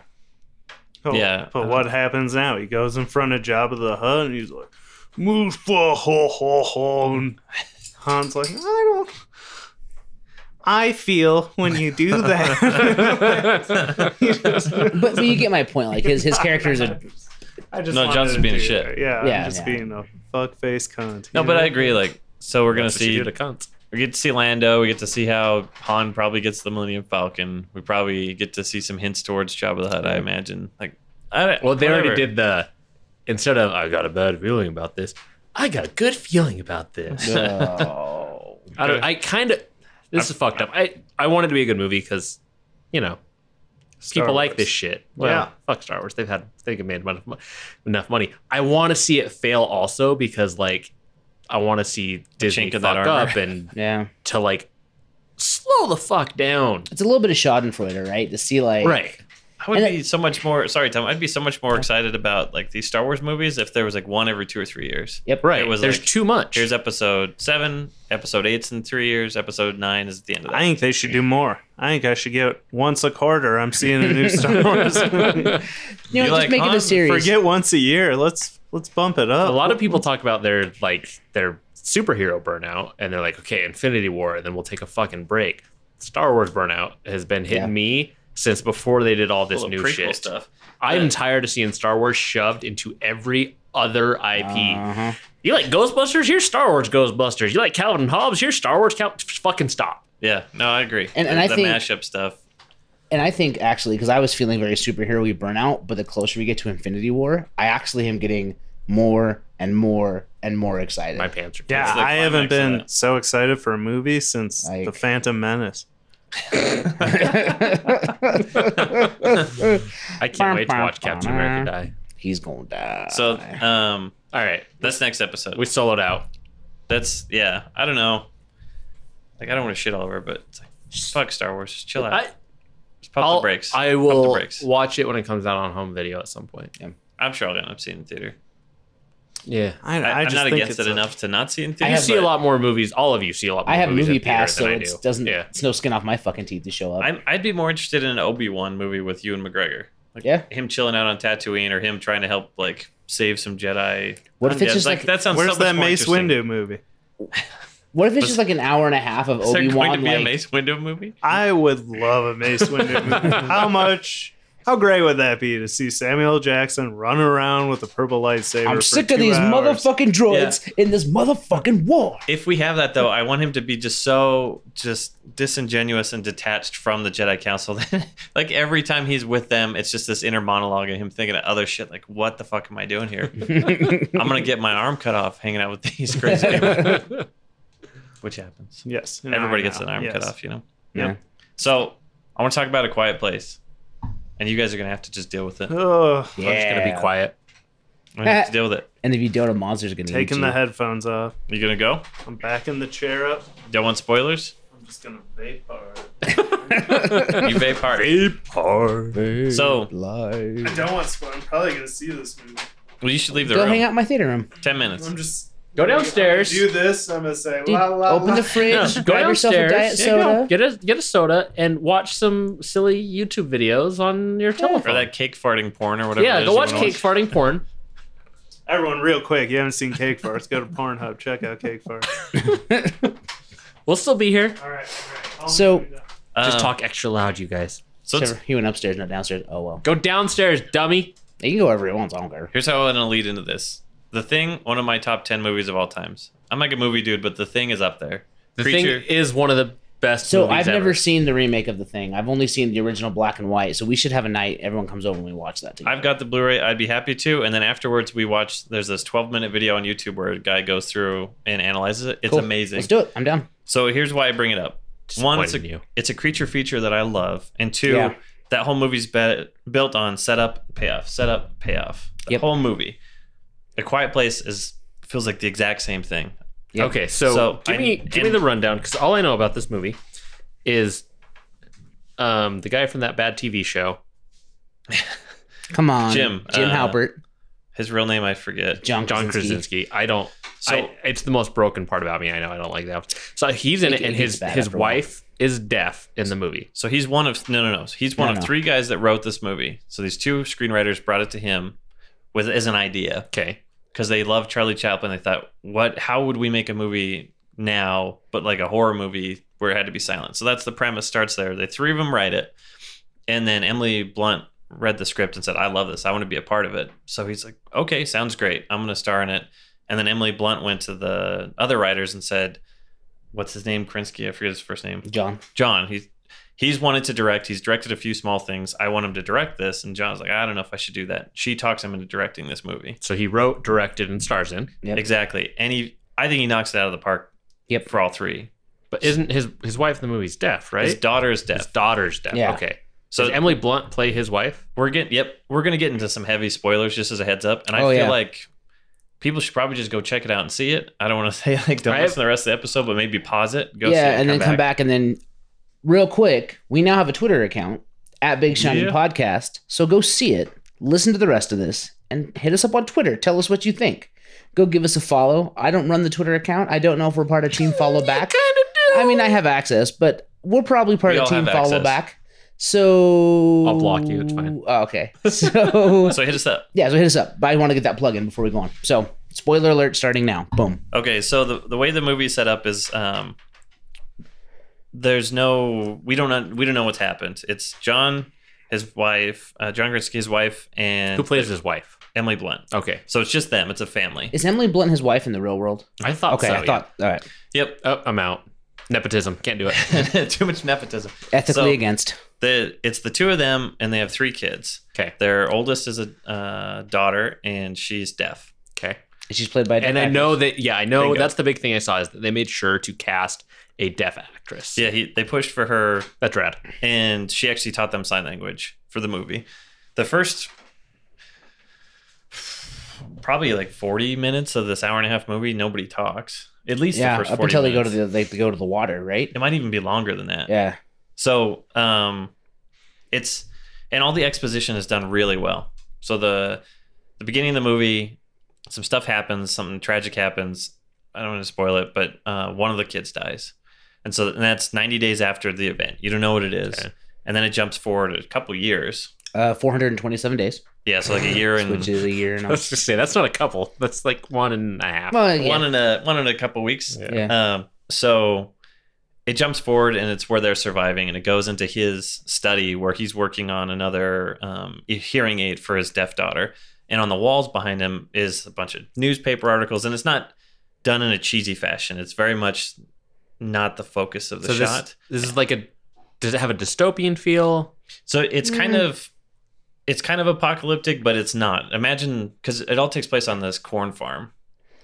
[SPEAKER 3] Oh,
[SPEAKER 6] Yeah.
[SPEAKER 7] Uh-huh.
[SPEAKER 3] But what happens now? He goes in front of Jabba the Hutt and he's like, Move for ho ho ho. And Han's like, I don't. I feel when you do
[SPEAKER 7] <laughs>
[SPEAKER 3] that. <laughs> He just-
[SPEAKER 5] But, but you get my point. Like his his characters
[SPEAKER 3] <laughs>
[SPEAKER 5] are
[SPEAKER 3] I just
[SPEAKER 6] No,
[SPEAKER 3] wanted
[SPEAKER 6] Johnson's
[SPEAKER 3] to
[SPEAKER 6] being a
[SPEAKER 3] do
[SPEAKER 6] shit.
[SPEAKER 3] that. Yeah,
[SPEAKER 5] Yeah,
[SPEAKER 3] I'm just
[SPEAKER 5] yeah.
[SPEAKER 3] being a fuck face cunt.
[SPEAKER 6] No,
[SPEAKER 3] you
[SPEAKER 6] but
[SPEAKER 3] know?
[SPEAKER 6] I agree. Like, so we're gonna
[SPEAKER 7] That's what
[SPEAKER 6] see
[SPEAKER 7] you do to cunts.
[SPEAKER 6] We get to see Lando. We get to see how Han probably gets the Millennium Falcon. We probably get to see some hints towards Jabba the Hutt. I imagine. Like, I don't,
[SPEAKER 7] Well, they
[SPEAKER 6] whatever.
[SPEAKER 7] already did the instead of I got a bad feeling about this. I got a good feeling about this. I don't. I kind of. This is fucked up. I I wanted to be a good movie because, you know,
[SPEAKER 3] Star
[SPEAKER 7] people like
[SPEAKER 3] Wars.
[SPEAKER 7] this shit. Well,
[SPEAKER 3] Yeah.
[SPEAKER 7] fuck Star Wars. They've had they have made enough, mo- enough money. I want to see it fail also because like, I want to see Disney
[SPEAKER 6] chink
[SPEAKER 7] fuck
[SPEAKER 6] in that armor.
[SPEAKER 7] up and
[SPEAKER 5] yeah.
[SPEAKER 7] to like slow the fuck down.
[SPEAKER 5] It's a little bit of Schadenfreude, right? To see like
[SPEAKER 7] Right.
[SPEAKER 6] I would
[SPEAKER 5] and
[SPEAKER 6] be so much more. Sorry, Tom. I'd be so much more excited about like these Star Wars movies if there was like one every two or three years.
[SPEAKER 5] Yep.
[SPEAKER 7] Right.
[SPEAKER 6] It was
[SPEAKER 7] There's
[SPEAKER 6] like,
[SPEAKER 7] too much.
[SPEAKER 6] Here's episode seven. Episode eight's in three years. Episode nine is at the end of that.
[SPEAKER 3] I think they should do more. I think I should get once a quarter. I'm seeing a
[SPEAKER 6] <laughs>
[SPEAKER 3] new Star Wars. movie.
[SPEAKER 5] You know,
[SPEAKER 6] You
[SPEAKER 5] just
[SPEAKER 6] like
[SPEAKER 5] make it
[SPEAKER 6] Han?
[SPEAKER 5] a series.
[SPEAKER 3] Forget once a year. Let's let's bump it up.
[SPEAKER 7] a lot of people talk about their like their superhero burnout and they're like okay infinity war and then we'll take a fucking break star wars burnout has been hitting
[SPEAKER 5] Yeah.
[SPEAKER 7] me since before they did all this
[SPEAKER 6] Full of
[SPEAKER 7] new
[SPEAKER 6] prequel
[SPEAKER 7] shit
[SPEAKER 6] stuff.
[SPEAKER 7] i'm tired of seeing star wars shoved into every other ip
[SPEAKER 5] Uh-huh.
[SPEAKER 7] you like ghostbusters here's star wars ghostbusters you like calvin and hobbes here's star wars Cal- fucking stop
[SPEAKER 6] Yeah. No, I agree.
[SPEAKER 5] And- and
[SPEAKER 6] the,
[SPEAKER 5] I
[SPEAKER 6] the
[SPEAKER 5] think-
[SPEAKER 6] mashup stuff.
[SPEAKER 5] And I think actually, because I was feeling very superhero-y burnout, but the closer we get to Infinity War, I actually am getting more and more and more excited. <laughs>
[SPEAKER 7] my pants are
[SPEAKER 3] Yeah,
[SPEAKER 6] It's the
[SPEAKER 3] I haven't
[SPEAKER 6] climax of
[SPEAKER 3] been
[SPEAKER 6] that.
[SPEAKER 3] so excited for a movie since
[SPEAKER 5] Like-
[SPEAKER 3] The Phantom Menace.
[SPEAKER 7] i can't wait to watch captain america die
[SPEAKER 5] <laughs> He's gonna die.
[SPEAKER 6] So,
[SPEAKER 5] Uh,
[SPEAKER 6] um,
[SPEAKER 7] all right
[SPEAKER 6] that's next episode.
[SPEAKER 7] we soloed out
[SPEAKER 6] That's yeah. I don't know. Like I don't want to shit all over, it, but it's like, fuck Star Wars. Just chill out.
[SPEAKER 7] I,
[SPEAKER 6] Just pump
[SPEAKER 7] I'll-
[SPEAKER 6] the brakes.
[SPEAKER 7] I
[SPEAKER 6] Pump the
[SPEAKER 7] will
[SPEAKER 6] brakes.
[SPEAKER 7] watch it when it comes out on home video at some point
[SPEAKER 6] I'm sure I'll end up seeing it in theater.
[SPEAKER 7] yeah
[SPEAKER 3] I, I
[SPEAKER 6] I, am
[SPEAKER 3] just
[SPEAKER 6] not
[SPEAKER 3] think
[SPEAKER 6] against
[SPEAKER 3] it's
[SPEAKER 6] it
[SPEAKER 3] a-
[SPEAKER 6] enough to not see it in
[SPEAKER 5] I
[SPEAKER 6] theater.
[SPEAKER 7] you
[SPEAKER 5] have-
[SPEAKER 7] see a lot more movies. All of you see a lot. More
[SPEAKER 5] I have
[SPEAKER 7] movies
[SPEAKER 5] movie
[SPEAKER 7] in theater
[SPEAKER 5] pass, so
[SPEAKER 7] than I
[SPEAKER 5] it
[SPEAKER 7] do.
[SPEAKER 5] doesn't.
[SPEAKER 7] Yeah,
[SPEAKER 5] It's no skin off my fucking teeth to show up.
[SPEAKER 6] I'm, I'd be more interested in an Obi Wan movie with Ewan McGregor. Like
[SPEAKER 5] Yeah.
[SPEAKER 6] Him chilling out on Tatooine or him trying to help like save some Jedi.
[SPEAKER 5] What if it's
[SPEAKER 6] undeads.
[SPEAKER 5] just like-
[SPEAKER 6] that sounds so
[SPEAKER 3] Where's
[SPEAKER 6] much
[SPEAKER 3] that
[SPEAKER 6] more
[SPEAKER 3] Mace
[SPEAKER 6] interesting.
[SPEAKER 3] Windu movie?
[SPEAKER 5] what if it's just like an hour and a half of
[SPEAKER 6] Is there
[SPEAKER 5] Obi
[SPEAKER 6] going to
[SPEAKER 5] Wan?
[SPEAKER 6] be a
[SPEAKER 5] Like,
[SPEAKER 6] Mace Windu movie?
[SPEAKER 3] I would love a Mace Windu movie. How much How great would that be to see Samuel L. Jackson run around with a purple lightsaber?
[SPEAKER 5] I'm
[SPEAKER 3] for
[SPEAKER 5] sick of
[SPEAKER 3] two
[SPEAKER 5] these
[SPEAKER 3] hours?
[SPEAKER 5] motherfucking droids in this motherfucking war.
[SPEAKER 6] If we have that though, I want him to be just so just disingenuous and detached from the Jedi Council. <laughs> that, like every time he's with them, it's just this inner monologue of him thinking of other shit. Like, what the fuck am I doing here? I'm gonna get my arm cut off hanging out with these crazy
[SPEAKER 5] <laughs>
[SPEAKER 6] people, which happens.
[SPEAKER 3] Yes. an
[SPEAKER 6] Everybody
[SPEAKER 3] eye
[SPEAKER 6] gets an
[SPEAKER 3] now,
[SPEAKER 6] arm cut
[SPEAKER 3] yes.
[SPEAKER 6] off, you know.
[SPEAKER 5] Yeah.
[SPEAKER 6] So I want to talk about a quiet place, and you guys are gonna have to just deal with it.
[SPEAKER 3] Ugh,
[SPEAKER 5] <laughs> Yeah.
[SPEAKER 7] I'm just gonna be quiet.
[SPEAKER 6] We have to deal with it.
[SPEAKER 5] And if you don't, a monster's gonna eat
[SPEAKER 3] taking
[SPEAKER 5] you.
[SPEAKER 3] the headphones off.
[SPEAKER 6] You gonna go?
[SPEAKER 3] I'm backing the chair up.
[SPEAKER 6] Don't want spoilers.
[SPEAKER 3] I'm just gonna vape hard.
[SPEAKER 5] <laughs>
[SPEAKER 6] You vape hard. So
[SPEAKER 3] I don't want spoilers. I'm probably gonna see this movie.
[SPEAKER 6] well, you should leave the
[SPEAKER 5] Go
[SPEAKER 6] room.
[SPEAKER 5] hang out in my theater room.
[SPEAKER 6] Ten minutes.
[SPEAKER 3] I'm just
[SPEAKER 7] Go downstairs.
[SPEAKER 3] do this. I'm gonna say
[SPEAKER 5] Dude,
[SPEAKER 3] la la.
[SPEAKER 5] open
[SPEAKER 3] la.
[SPEAKER 5] the fridge,
[SPEAKER 7] Yeah, go
[SPEAKER 5] grab yourself a diet
[SPEAKER 7] downstairs. Yeah,
[SPEAKER 5] soda.
[SPEAKER 7] go. Get a get a soda and watch some silly YouTube videos on your
[SPEAKER 6] or
[SPEAKER 7] telephone.
[SPEAKER 6] that cake farting porn or whatever. it
[SPEAKER 7] yeah,
[SPEAKER 6] is
[SPEAKER 7] go
[SPEAKER 6] you
[SPEAKER 7] watch
[SPEAKER 6] wanna
[SPEAKER 7] cake farting porn.
[SPEAKER 3] Everyone, real quick. You haven't seen Cake Farts? Go to Pornhub. Check out Cake Farts.
[SPEAKER 7] We'll still be here.
[SPEAKER 3] All right. All right.
[SPEAKER 5] So-
[SPEAKER 7] Just
[SPEAKER 6] Um,
[SPEAKER 7] talk extra loud, you guys.
[SPEAKER 6] So it's-
[SPEAKER 5] Trevor, he went upstairs, not downstairs. Oh well.
[SPEAKER 7] Go downstairs, dummy.
[SPEAKER 5] He can go wherever he wants. I don't care.
[SPEAKER 6] here's how I'm gonna lead into this. The Thing, one of my top ten movies of all times. I'm like a movie dude, but The Thing is up there.
[SPEAKER 7] The
[SPEAKER 6] Creature.
[SPEAKER 7] thing is one of the best.
[SPEAKER 5] So
[SPEAKER 7] movies
[SPEAKER 5] I've never
[SPEAKER 7] ever.
[SPEAKER 5] seen the remake of the thing. I've only seen the original black and white. So we should have a night. Everyone comes over and we watch that together.
[SPEAKER 6] I've got the Blu-ray. I'd be happy to. And then afterwards, we watch. There's this 12 minute video on YouTube where a guy goes through and analyzes it. It's
[SPEAKER 5] Cool.
[SPEAKER 6] amazing.
[SPEAKER 5] Let's do it. I'm down.
[SPEAKER 6] So here's why I bring it up. One, it's a,
[SPEAKER 7] Disappointed in you.
[SPEAKER 6] it's a creature feature that I love, and two,
[SPEAKER 5] Yeah.
[SPEAKER 6] that whole movie's be- built on setup, payoff, setup, payoff. The
[SPEAKER 5] Yep.
[SPEAKER 6] whole movie. A Quiet Place is feels like the exact same thing.
[SPEAKER 5] Yeah.
[SPEAKER 7] Okay, so,
[SPEAKER 6] So,
[SPEAKER 7] give
[SPEAKER 6] I-
[SPEAKER 7] me give me
[SPEAKER 6] and-
[SPEAKER 7] the rundown because all I know about this movie is um the guy from that bad TV show.
[SPEAKER 5] Come on,
[SPEAKER 6] Jim,
[SPEAKER 5] Jim
[SPEAKER 6] uh,
[SPEAKER 5] Halpert.
[SPEAKER 6] His real name I forget.
[SPEAKER 5] John.
[SPEAKER 7] John
[SPEAKER 5] Krasinski.
[SPEAKER 7] Krasinski. I don't.
[SPEAKER 6] So-
[SPEAKER 7] I, it's the most broken part about me. I know I don't like that. So he's in
[SPEAKER 5] It-
[SPEAKER 7] it, and
[SPEAKER 5] it
[SPEAKER 7] his
[SPEAKER 5] gets bad
[SPEAKER 7] his
[SPEAKER 5] after a while.
[SPEAKER 7] wife is deaf in the movie.
[SPEAKER 6] So he's one of no no no. He's one
[SPEAKER 5] No,
[SPEAKER 6] of
[SPEAKER 5] no.
[SPEAKER 6] three guys that wrote this movie. So these two screenwriters brought it to him with as an idea
[SPEAKER 7] Okay,
[SPEAKER 6] because they love Charlie Chaplin. They thought, what? How would we make a movie now, but like a horror movie where it had to be silent? So that's the premise. Starts there. The three of them write it, and then Emily Blunt read the script and said, "I love this. I want to be a part of it." So he's like, "Okay, sounds great. I'm going to star in it." And then Emily Blunt went to the other writers and said, "What's his name? Krinsky. I forget his first name.
[SPEAKER 5] John.
[SPEAKER 6] John, he's he's wanted to direct. He's directed a few small things. I want him to direct this. And John's like, I don't know if I should do that. She talks him into directing this movie.
[SPEAKER 7] so he wrote, directed, and stars in.
[SPEAKER 5] Yep.
[SPEAKER 6] Exactly. And he I think he knocks it out of the park
[SPEAKER 5] Yep.
[SPEAKER 6] for all three.
[SPEAKER 7] But isn't his his wife in the movie's deaf? Right,
[SPEAKER 6] His daughter is
[SPEAKER 7] His
[SPEAKER 6] deaf.
[SPEAKER 7] daughter's deaf.
[SPEAKER 5] Yeah.
[SPEAKER 7] Okay, so
[SPEAKER 6] So-
[SPEAKER 7] Does Emily Blunt play his wife.
[SPEAKER 6] We're getting yep, we're gonna get into some heavy spoilers just as a heads up. And I
[SPEAKER 5] Oh,
[SPEAKER 6] feel
[SPEAKER 5] yeah.
[SPEAKER 6] like people should probably just go check it out and see it. I don't want to <laughs> say like don't
[SPEAKER 7] I have-
[SPEAKER 6] listen to the rest of the episode, but maybe pause it, go see
[SPEAKER 5] yeah,
[SPEAKER 6] it,
[SPEAKER 5] and then come back and then real quick, we now have a Twitter account at Big Shiny
[SPEAKER 6] Yeah.
[SPEAKER 5] Podcast. So go see it, listen to the rest of this, and hit us up on Twitter. Tell us what you think. Go give us a follow. I don't run the Twitter account. I don't know if we're part of Team Follow Back. I mean, I have access, but we're probably part
[SPEAKER 6] We
[SPEAKER 5] of
[SPEAKER 6] all
[SPEAKER 5] Team
[SPEAKER 6] have
[SPEAKER 5] Follow
[SPEAKER 6] access.
[SPEAKER 5] Back. So
[SPEAKER 7] I'll block you, it's fine.
[SPEAKER 5] Oh, okay. <laughs>
[SPEAKER 6] <laughs>
[SPEAKER 5] So
[SPEAKER 6] So hit us up.
[SPEAKER 5] yeah, so hit us up. But I want to get that plug in before we go on. So spoiler alert starting now. Boom.
[SPEAKER 6] Okay, so the, the way the movie is set up is um, there's no we don't we don't know what's happened. It's John, his wife, uh, John Grinsky's wife, and
[SPEAKER 7] Who plays his wife?
[SPEAKER 6] Emily Blunt.
[SPEAKER 7] Okay,
[SPEAKER 6] So it's just them. It's a family.
[SPEAKER 5] Is Emily Blunt his wife in the real world?
[SPEAKER 7] I thought.
[SPEAKER 5] Okay,
[SPEAKER 7] so,
[SPEAKER 5] I thought all right.
[SPEAKER 6] Yep.
[SPEAKER 7] Yeah. Oh, I'm out. Nepotism.
[SPEAKER 5] <laughs>
[SPEAKER 7] Can't do it.
[SPEAKER 6] <laughs> Too much nepotism.
[SPEAKER 5] Ethically
[SPEAKER 6] So-
[SPEAKER 5] against.
[SPEAKER 6] The it's the two of them, and they have three kids.
[SPEAKER 7] Okay.
[SPEAKER 6] Their oldest is a uh, daughter, and she's deaf.
[SPEAKER 7] Okay.
[SPEAKER 5] She's played by. a
[SPEAKER 7] And I
[SPEAKER 5] actress.
[SPEAKER 7] know that. Yeah, I know
[SPEAKER 6] Bingo.
[SPEAKER 7] that's the big thing I saw is that they made sure to cast a deaf actress.
[SPEAKER 6] Yeah, he, they pushed for her
[SPEAKER 7] that's rad. <laughs>
[SPEAKER 6] and she actually taught them sign language for the movie. The first probably like 40 minutes of this hour and a half movie, nobody talks. At least
[SPEAKER 5] yeah,
[SPEAKER 6] the first
[SPEAKER 5] up
[SPEAKER 6] 40
[SPEAKER 5] until they go to
[SPEAKER 6] minutes.
[SPEAKER 5] the they go to the water, right?
[SPEAKER 6] It might even be longer than that.
[SPEAKER 5] Yeah,
[SPEAKER 6] So, um, it's and all the exposition is done really well. So the the beginning of the movie, some stuff happens, something tragic happens. I don't want to spoil it, but uh, one of the kids dies, and so and that's ninety days after the event. You don't know what it is,
[SPEAKER 7] Okay.
[SPEAKER 6] and then it jumps forward a couple years.
[SPEAKER 5] uh, 427 days,
[SPEAKER 6] Yeah, so like a
[SPEAKER 5] <sighs>
[SPEAKER 6] year and
[SPEAKER 5] which is a
[SPEAKER 6] <laughs>
[SPEAKER 5] year and a
[SPEAKER 7] Let's just say that's not a couple. That's like one and a half.
[SPEAKER 5] well, yeah.
[SPEAKER 6] one in a one in a couple weeks.
[SPEAKER 5] yeah.
[SPEAKER 6] Um, so it jumps forward and it's where they're surviving and it goes into his study where he's working on another um, hearing aid for his deaf daughter and on the walls behind him is a bunch of newspaper articles and it's not done in a cheesy fashion it's very much not the focus of the
[SPEAKER 7] so this,
[SPEAKER 6] shot
[SPEAKER 7] this is like a. Does it have a dystopian feel?
[SPEAKER 6] so it's kind
[SPEAKER 7] Hmm.
[SPEAKER 6] of it's kind of apocalyptic but it's not imagine because it all takes place on this corn farm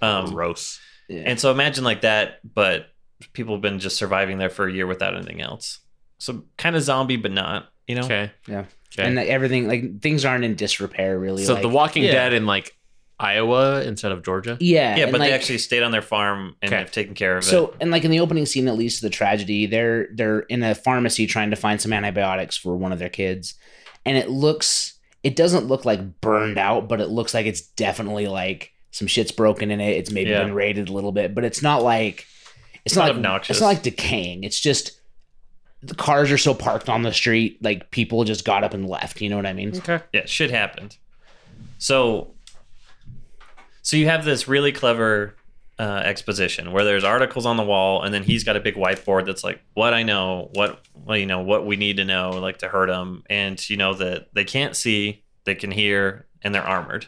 [SPEAKER 6] um,
[SPEAKER 7] Gross.
[SPEAKER 6] and so imagine like that, but people have been just surviving there for a year without anything else. So kind of zombie, but not, you know?
[SPEAKER 7] Okay.
[SPEAKER 5] Yeah.
[SPEAKER 7] Okay.
[SPEAKER 5] And that everything like things aren't in disrepair really.
[SPEAKER 7] so
[SPEAKER 5] like-
[SPEAKER 7] The Walking
[SPEAKER 6] Yeah.
[SPEAKER 7] Dead in like Iowa instead of Georgia.
[SPEAKER 5] yeah,
[SPEAKER 6] Yeah,
[SPEAKER 5] and,
[SPEAKER 6] but
[SPEAKER 5] like,
[SPEAKER 6] they actually stayed on their farm and
[SPEAKER 7] Okay.
[SPEAKER 6] have taken care of it.
[SPEAKER 5] So and like in the opening scene that leads to the tragedy, they're they're in a pharmacy trying to find some antibiotics for one of their kids, and it looks it doesn't look like burned out, but it looks like it's definitely like some shit's broken in it. It's maybe
[SPEAKER 6] Yeah.
[SPEAKER 5] been raided a little bit, but it's not like it's
[SPEAKER 6] Not
[SPEAKER 5] not, like,
[SPEAKER 6] obnoxious.
[SPEAKER 5] It's not like decaying. It's just the cars are so parked on the street, like people just got up and left. You know what I mean?
[SPEAKER 7] Okay.
[SPEAKER 6] yeah, shit happened. So, so you have this really clever uh, exposition where there's articles on the wall, and then he's got a big whiteboard that's like, "What I know, what well, you know, what we need to know, like to hurt them." And you know that they can't see, they can hear, and they're armored.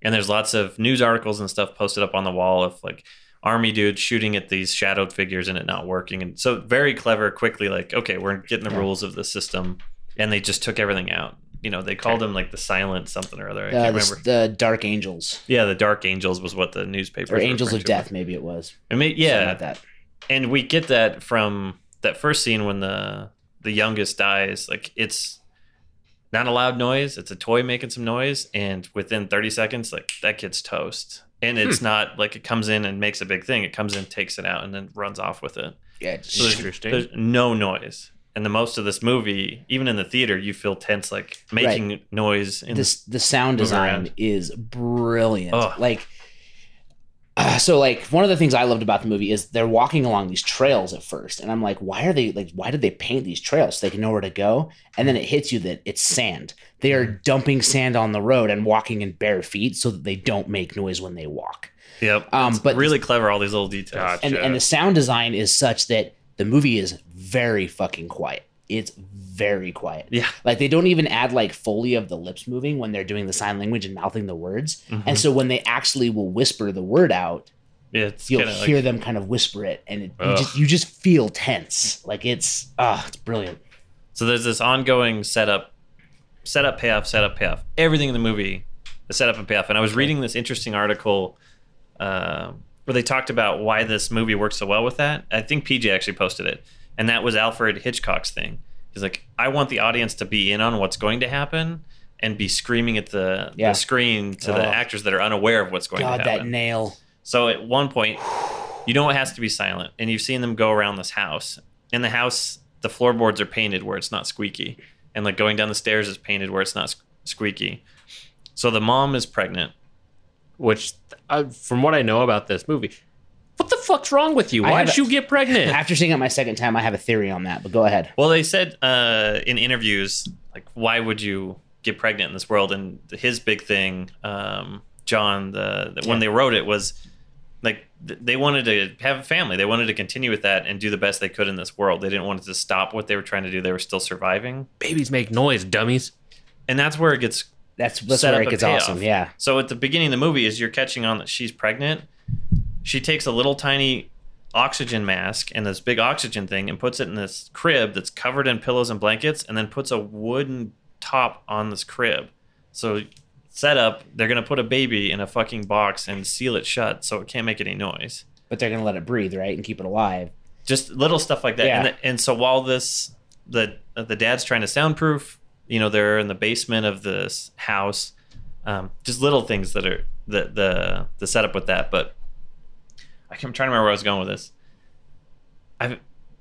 [SPEAKER 6] And there's lots of news articles and stuff posted up on the wall of like army dudes shooting at these shadowed figures and it not working. And so very clever, quickly like, okay, we're getting the rules of the system, and they just took everything out. You know, they called them like the silent something or other. I
[SPEAKER 5] Uh,
[SPEAKER 6] can't
[SPEAKER 5] the,
[SPEAKER 6] remember.
[SPEAKER 5] the Dark Angels
[SPEAKER 6] Yeah, the Dark Angels was what the newspaper.
[SPEAKER 5] or Angels of Death, maybe it was.
[SPEAKER 6] I mean,
[SPEAKER 5] Something
[SPEAKER 6] yeah,
[SPEAKER 5] like that.
[SPEAKER 6] and we get that from that first scene when the the youngest dies. Like it's not a loud noise; it's a toy making some noise, and within thirty seconds, like that kid's toast. And
[SPEAKER 5] Hmm.
[SPEAKER 6] it's not like it comes in and makes a big thing. It comes in, takes it out, and then runs off with it.
[SPEAKER 5] Yeah, just-
[SPEAKER 6] So there's,
[SPEAKER 7] Interesting.
[SPEAKER 6] there's no noise. And the most of this movie, even in the theater, you feel tense, like making noise. In
[SPEAKER 5] this the sound
[SPEAKER 6] move
[SPEAKER 5] design
[SPEAKER 6] around.
[SPEAKER 5] is brilliant.
[SPEAKER 6] Ugh.
[SPEAKER 5] Like uh, so like one of the things I loved about the movie is they're walking along these trails at first and I'm like why are they like why did they paint these trails so they can know where to go and then it hits you that it's sand. They are dumping sand on the road and walking in bare feet so that they don't make noise when they walk.
[SPEAKER 6] yep.
[SPEAKER 5] Um,
[SPEAKER 6] It's
[SPEAKER 5] but-
[SPEAKER 6] really clever, all these little details.
[SPEAKER 5] And and the sound design is such that the movie is very fucking quiet. It's very quiet.
[SPEAKER 6] Yeah.
[SPEAKER 5] Like they don't even add like foley of the lips moving when they're doing the sign language and mouthing the words. And so when they actually will whisper the word out,
[SPEAKER 6] Mm-hmm. Yeah, it's
[SPEAKER 5] you'll
[SPEAKER 6] kinda like-
[SPEAKER 5] hear them kind of whisper it, and it, you
[SPEAKER 6] Ugh.
[SPEAKER 5] just you just feel tense. Like it's ah, it's brilliant.
[SPEAKER 6] So there's this ongoing setup, setup payoff, setup payoff. Everything in the movie, the setup and payoff. And I was reading this interesting article uh, where they talked about why this movie works so well with that. I think PJ actually posted it, and that was Alfred Hitchcock's thing. He's like, I want the audience to be in on what's going to happen and be screaming at the,
[SPEAKER 5] Yeah.
[SPEAKER 6] the screen to the
[SPEAKER 5] Oh.
[SPEAKER 6] actors that are unaware of what's going
[SPEAKER 5] God,
[SPEAKER 6] to
[SPEAKER 5] that
[SPEAKER 6] happen.
[SPEAKER 5] nail.
[SPEAKER 6] So at one point, you know it has to be silent, and you've seen them go around this house. In the house, the floorboards are painted where it's not squeaky, and like going down the stairs is painted where it's not s- squeaky. So the mom is pregnant.
[SPEAKER 7] Which, uh, from what I know about this movie, what the fuck's wrong with you?
[SPEAKER 5] I
[SPEAKER 7] Why
[SPEAKER 5] have
[SPEAKER 7] did
[SPEAKER 5] a-
[SPEAKER 7] you get pregnant?
[SPEAKER 5] After seeing it my second time, I have a theory on that. But go ahead.
[SPEAKER 6] Well, they said uh, in interviews, like, why would you get pregnant in this world? And his big thing, um, John, the, the when they wrote it was like th- they wanted to have a family. They wanted to continue with that and do the best they could in this world. They didn't want it to stop what they were trying to do. They were still surviving.
[SPEAKER 7] <laughs> Babies make noise, dummies.
[SPEAKER 6] and that's where it gets
[SPEAKER 5] That's that's
[SPEAKER 6] Set
[SPEAKER 5] where
[SPEAKER 6] up
[SPEAKER 5] it
[SPEAKER 6] a
[SPEAKER 5] gets
[SPEAKER 6] payoff.
[SPEAKER 5] awesome. Yeah.
[SPEAKER 6] so at the beginning of the movie is you're catching on that she's pregnant she takes a little tiny oxygen mask and this big oxygen thing and puts it in this crib that's covered in pillows and blankets and then puts a wooden top on this crib so set up they're going to put a baby in a fucking box and seal it shut so it can't make any noise
[SPEAKER 5] But they're gonna let it breathe, right, and keep it alive.
[SPEAKER 6] just little stuff like that.
[SPEAKER 5] Yeah.
[SPEAKER 6] And, the, and so while this the the dad's trying to soundproof, you know, they're in the basement of this house. Um, just little things that are the the the setup with that. But I can- I'm trying to remember where I was going with this. I've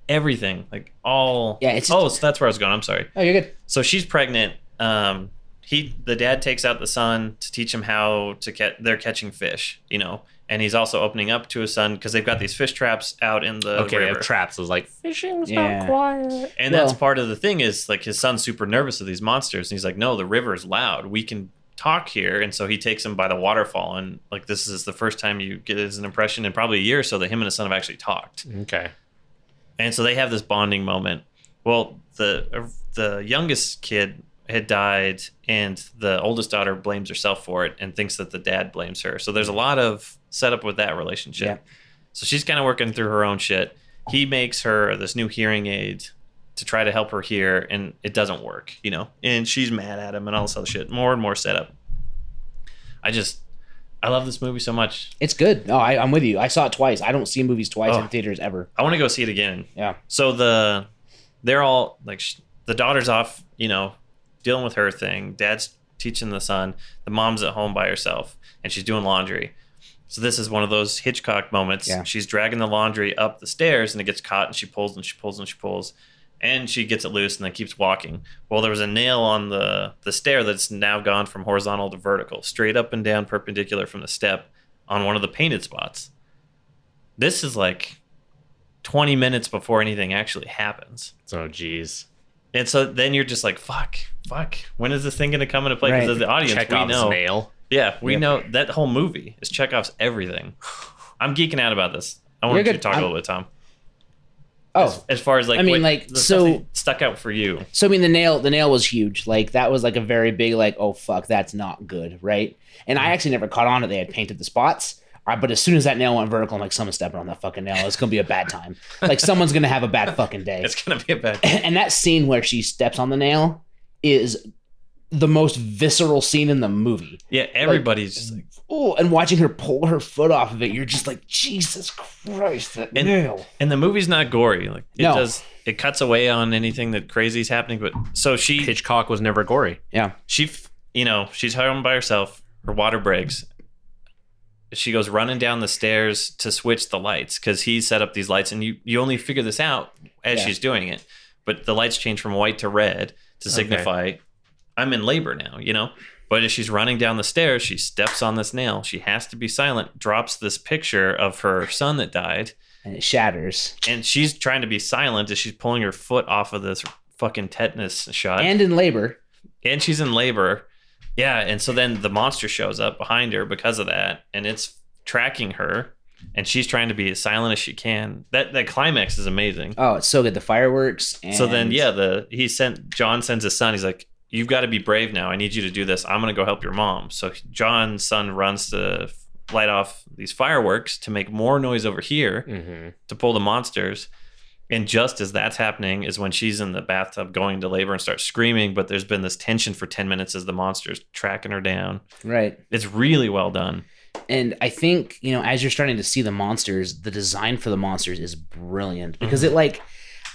[SPEAKER 6] everything like all
[SPEAKER 5] Yeah, it's-
[SPEAKER 6] oh so that's where I was going. I'm sorry.
[SPEAKER 5] Oh, you're good.
[SPEAKER 6] So she's pregnant. Um, he the dad takes out the son to teach him how to catch. They're catching fish, you know, and he's also opening up to his son because they've got these fish traps out in the
[SPEAKER 7] okay,
[SPEAKER 6] river.
[SPEAKER 7] have traps was like fishing's
[SPEAKER 5] Yeah.
[SPEAKER 7] not quiet.
[SPEAKER 6] And
[SPEAKER 5] Well-
[SPEAKER 6] that's part of the thing is like his son's super nervous of these monsters, and he's like, "No, the river's loud. We can talk here." And so he takes him by the waterfall, and like
[SPEAKER 7] Mm-hmm.
[SPEAKER 6] this is the first time you get as an impression in probably a year or so that him and his son have actually talked.
[SPEAKER 7] Okay,
[SPEAKER 6] and so they have this bonding moment. Well, the the youngest kid had died, and the oldest daughter blames herself for it and thinks that the dad blames her. So there's a lot of setup with that relationship. So she's kind of working through her own shit. He makes her this new hearing aid to try to help her hear, and it doesn't work, you know. And she's mad at him and all this other shit. More and more setup. I just, I love this movie so much.
[SPEAKER 5] It's good. No, I, I'm with you. I saw it twice. I don't see movies twice
[SPEAKER 6] Oh.
[SPEAKER 5] in theaters ever.
[SPEAKER 6] I want to go see it again.
[SPEAKER 5] Yeah.
[SPEAKER 6] So the they're all like sh- the daughter's off, you know, dealing with her thing. Dad's teaching the son. The mom's at home by herself and she's doing laundry. So this is one of those Hitchcock moments.
[SPEAKER 5] Yeah.
[SPEAKER 6] She's dragging the laundry up the stairs and it gets caught and she pulls and she pulls and she pulls and she gets it loose and then keeps walking. Well, there was a nail on the the stair that's now gone from horizontal to vertical, straight up and down perpendicular from the step on one of the painted spots. This is like 20 minutes before anything actually happens.
[SPEAKER 7] Oh, jeez.
[SPEAKER 6] And so then you're just like, fuck, fuck. When is this thing going to come into play? Because
[SPEAKER 5] Right.
[SPEAKER 6] as the audience,
[SPEAKER 7] Chekhov's
[SPEAKER 6] we know.
[SPEAKER 7] nail.
[SPEAKER 6] Yeah, we
[SPEAKER 5] Yeah.
[SPEAKER 6] know that whole movie is Chekhov's everything. <sighs> I'm geeking out about this. I want
[SPEAKER 5] You're
[SPEAKER 6] you to
[SPEAKER 5] good.
[SPEAKER 6] talk
[SPEAKER 5] I'm-
[SPEAKER 6] a little bit, Tom.
[SPEAKER 5] Oh,
[SPEAKER 6] As far as like,
[SPEAKER 5] I mean,
[SPEAKER 6] what-
[SPEAKER 5] like,
[SPEAKER 6] the stuff
[SPEAKER 5] so-
[SPEAKER 6] that stuck out for you.
[SPEAKER 5] so I mean, the nail, the nail was huge. Like that was like a very big, like, oh fuck, that's not good, right? And
[SPEAKER 6] Mm-hmm.
[SPEAKER 5] I actually never caught on that they had painted the spots. I, but as soon as that nail went vertical, I'm like, someone's stepping on that fucking nail. It's gonna be a bad time. Like someone's gonna have a bad fucking day.
[SPEAKER 6] It's going to be a bad.
[SPEAKER 5] <laughs> and that scene where she steps on the nail is the most visceral scene in the movie.
[SPEAKER 6] Yeah, everybody's just like,
[SPEAKER 5] Oh, and watching her pull her foot off of it, you're just like, Jesus Christ, that
[SPEAKER 6] And-
[SPEAKER 5] nail.
[SPEAKER 6] and the movie's not gory. Like, it
[SPEAKER 5] No.
[SPEAKER 6] does, it cuts away on anything that crazy's happening. But so she,
[SPEAKER 7] Hitchcock was never gory.
[SPEAKER 5] Yeah.
[SPEAKER 6] she f- you know she's home by herself her water breaks she goes running down the stairs to switch the lights because he set up these lights and you you only figure this out as
[SPEAKER 5] Yeah.
[SPEAKER 6] she's doing it but the lights change from white to red to signify i'm in labor now you know but as she's running down the stairs she steps on this nail she has to be silent drops this picture of her son that died
[SPEAKER 5] And it shatters.
[SPEAKER 6] and she's trying to be silent as she's pulling her foot off of this fucking tetanus shot
[SPEAKER 5] and in labor.
[SPEAKER 6] and she's in labor. Yeah, and so then the monster shows up behind her because of that, and it's tracking her, and she's trying to be as silent as she can. That that climax is amazing.
[SPEAKER 5] Oh, it's so good. The fireworks. And
[SPEAKER 6] so then, yeah, the he sent John sends his son. He's like, "You've got to be brave now. I need you to do this. I'm gonna go help your mom." So John's son runs to f- light off these fireworks to make more noise over here
[SPEAKER 7] Mm-hmm.
[SPEAKER 6] to pull the monsters. And just as that's happening is when she's in the bathtub going to labor and starts screaming, but there's been this tension for 10 minutes as the monster's tracking her down.
[SPEAKER 5] Right.
[SPEAKER 6] It's really well done.
[SPEAKER 5] And I think, you know, as you're starting to see the monsters, the design for the monsters is brilliant because
[SPEAKER 6] Mm-hmm.
[SPEAKER 5] it, like,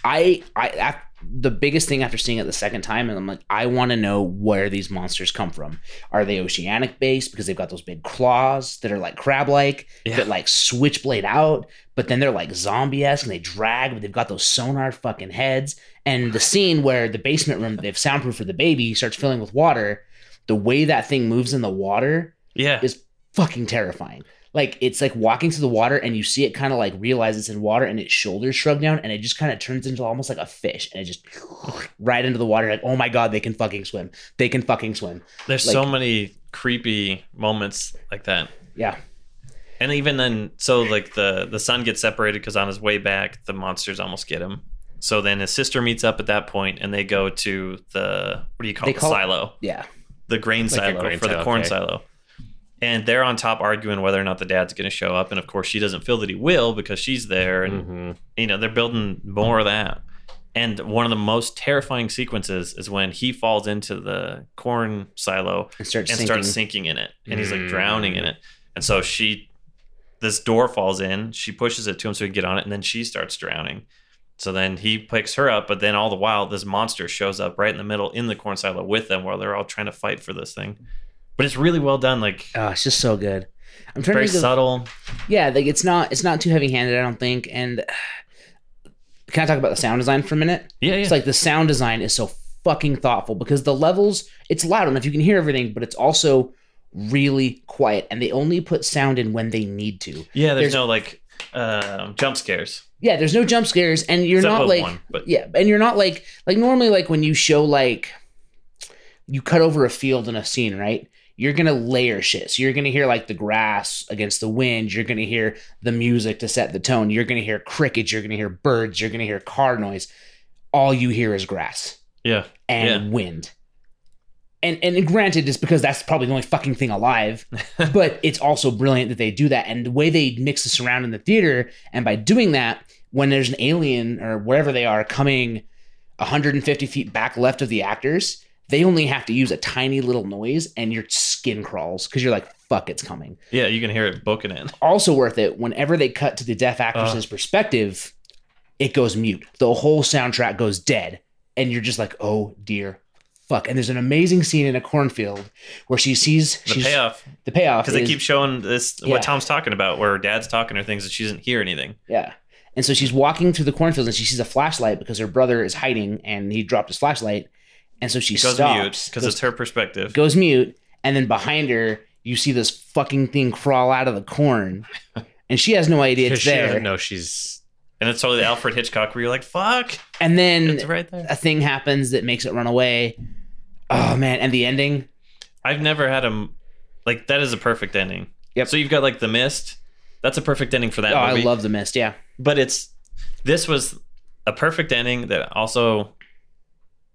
[SPEAKER 5] I, I, af the biggest thing after seeing it the second time, and I'm like, I want to know where these monsters come from. Are they oceanic based because they've got those big claws that are like crab like,
[SPEAKER 6] Yeah.
[SPEAKER 5] that like switchblade out, but then they're like zombie esque and they drag, but they've got those sonar fucking heads. And the scene where the basement room that they've soundproofed for the baby starts filling with water, the way that thing moves in the water
[SPEAKER 6] Yeah.
[SPEAKER 5] It's- fucking terrifying. Like it's like walking through the water and you see it kind of like realize it's in water and its shoulders shrug down and it just kind of turns into almost like a fish and it just <laughs> right into the water like oh my god they can fucking swim they can fucking swim
[SPEAKER 6] There's
[SPEAKER 5] like-
[SPEAKER 6] so many creepy moments like that.
[SPEAKER 5] yeah
[SPEAKER 6] And even then, so like the, the son gets separated because on his way back, the monsters almost get him. So then his sister meets up at that point and they go to the, what do you call
[SPEAKER 5] They
[SPEAKER 6] it? The
[SPEAKER 5] call it-
[SPEAKER 6] silo.
[SPEAKER 5] yeah
[SPEAKER 6] the grain
[SPEAKER 7] Like a
[SPEAKER 6] silo
[SPEAKER 7] grain
[SPEAKER 6] for the
[SPEAKER 7] silo,
[SPEAKER 6] corn
[SPEAKER 7] okay.
[SPEAKER 6] silo. And they're on top arguing whether or not the dad's going to show up. And of course, she doesn't feel that he will because she's there. And,
[SPEAKER 7] Mm-hmm.
[SPEAKER 6] you know, they're building more of that. And one of the most terrifying sequences is when he falls into the corn silo
[SPEAKER 5] and starts
[SPEAKER 6] and
[SPEAKER 5] sinking
[SPEAKER 6] starts sinking in it. And he's like
[SPEAKER 7] Mm.
[SPEAKER 6] drowning in it. And so she, this door falls in. She pushes it to him so he can get on it. And then she starts drowning. So then he picks her up. But then all the while, this monster shows up right in the middle in the corn silo with them while they're all trying to fight for this thing. But it's really well done. Like,
[SPEAKER 5] oh it's just so good I'm trying
[SPEAKER 6] very
[SPEAKER 5] to think of-
[SPEAKER 6] subtle.
[SPEAKER 5] yeah like it's not it's not too heavy handed I don't think and <sighs> can I talk about the sound design for a minute
[SPEAKER 6] Yeah, yeah.
[SPEAKER 5] It's like the sound design is so fucking thoughtful because the levels, it's loud enough you can hear everything, but it's also really quiet and they only put sound in when they need to.
[SPEAKER 6] yeah, there's,
[SPEAKER 5] there's-
[SPEAKER 6] no like um, jump scares.
[SPEAKER 5] Yeah, there's no jump scares and you're
[SPEAKER 6] Except
[SPEAKER 5] not
[SPEAKER 6] for
[SPEAKER 5] like
[SPEAKER 6] one, but
[SPEAKER 5] yeah, and you're not like like normally like when you show like you cut over a field in a scene, right? you're gonna layer shit. So you're gonna hear like the grass against the wind. You're gonna hear the music to set the tone. You're gonna hear crickets. You're gonna hear birds. You're gonna hear car noise. All you hear is grass
[SPEAKER 6] Yeah.
[SPEAKER 5] and wind. And and granted, it's because that's probably the only fucking thing
[SPEAKER 6] <laughs>
[SPEAKER 5] alive. but it's also brilliant that they do that, and the way they mix this around in the theater, and by doing that, when there's an alien or wherever they are coming, 150 feet back left of the actors, they only have to use a tiny little noise, and your skin crawls because you're like, "Fuck, it's coming."
[SPEAKER 6] Yeah. You can hear it booking in.
[SPEAKER 5] also worth it whenever they cut to the deaf actress's perspective it goes mute the whole soundtrack goes dead and you're just like oh dear fuck and there's an amazing scene in a cornfield where she sees
[SPEAKER 6] The payoff.
[SPEAKER 5] the payoff
[SPEAKER 6] Because they
[SPEAKER 5] is-
[SPEAKER 6] keep showing this,
[SPEAKER 5] Yeah.
[SPEAKER 6] what Tom's talking about, where her dad's talking her things and she doesn't hear anything.
[SPEAKER 5] yeah and so she's walking through the cornfield and she sees a flashlight because her brother is hiding and he dropped his flashlight and so she
[SPEAKER 6] It goes mute
[SPEAKER 5] stops
[SPEAKER 6] because
[SPEAKER 5] goes-
[SPEAKER 6] it's her perspective.
[SPEAKER 5] goes mute, and then behind her, you see this fucking thing crawl out of the
[SPEAKER 6] <laughs>
[SPEAKER 5] corn, and she has no idea it's
[SPEAKER 7] she
[SPEAKER 5] there.
[SPEAKER 7] doesn't know she's
[SPEAKER 6] and it's totally Alfred Hitchcock where you're like, fuck,
[SPEAKER 5] And then
[SPEAKER 6] it's right there.
[SPEAKER 5] a thing happens that makes it run away. Oh man, and the ending.
[SPEAKER 6] I've never had a, m- like, that is a perfect ending.
[SPEAKER 5] Yep.
[SPEAKER 6] So you've got like The Mist. That's a perfect ending for that
[SPEAKER 5] oh, I
[SPEAKER 6] movie.
[SPEAKER 5] love the mist. Yeah,
[SPEAKER 6] but it's this was a perfect ending that also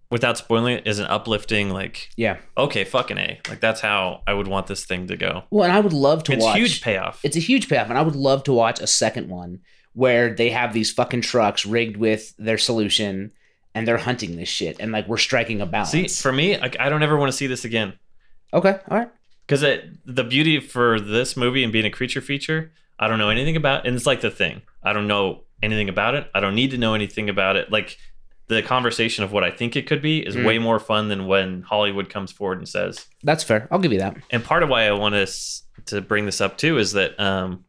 [SPEAKER 6] without spoiling it is an uplifting like
[SPEAKER 5] yeah.
[SPEAKER 6] okay fucking a like that's how i would want this thing to go
[SPEAKER 5] Well, and I would love to
[SPEAKER 6] it's
[SPEAKER 5] watch.
[SPEAKER 6] huge payoff
[SPEAKER 5] It's a huge payoff, and I would love to watch a second one where they have these fucking trucks rigged with their solution, and they're hunting this shit, and like we're striking a balance.
[SPEAKER 6] see for me like i don't ever want to see this again
[SPEAKER 5] okay, all right.
[SPEAKER 6] because the beauty for this movie and being a creature feature i don't know anything about and it's like the thing i don't know anything about it i don't need to know anything about it like the conversation of what i think it could be is
[SPEAKER 5] Mm.
[SPEAKER 6] way more fun than when hollywood comes forward and says
[SPEAKER 5] That's fair. I'll give you that.
[SPEAKER 6] and part of why I want us to bring this up too is that um,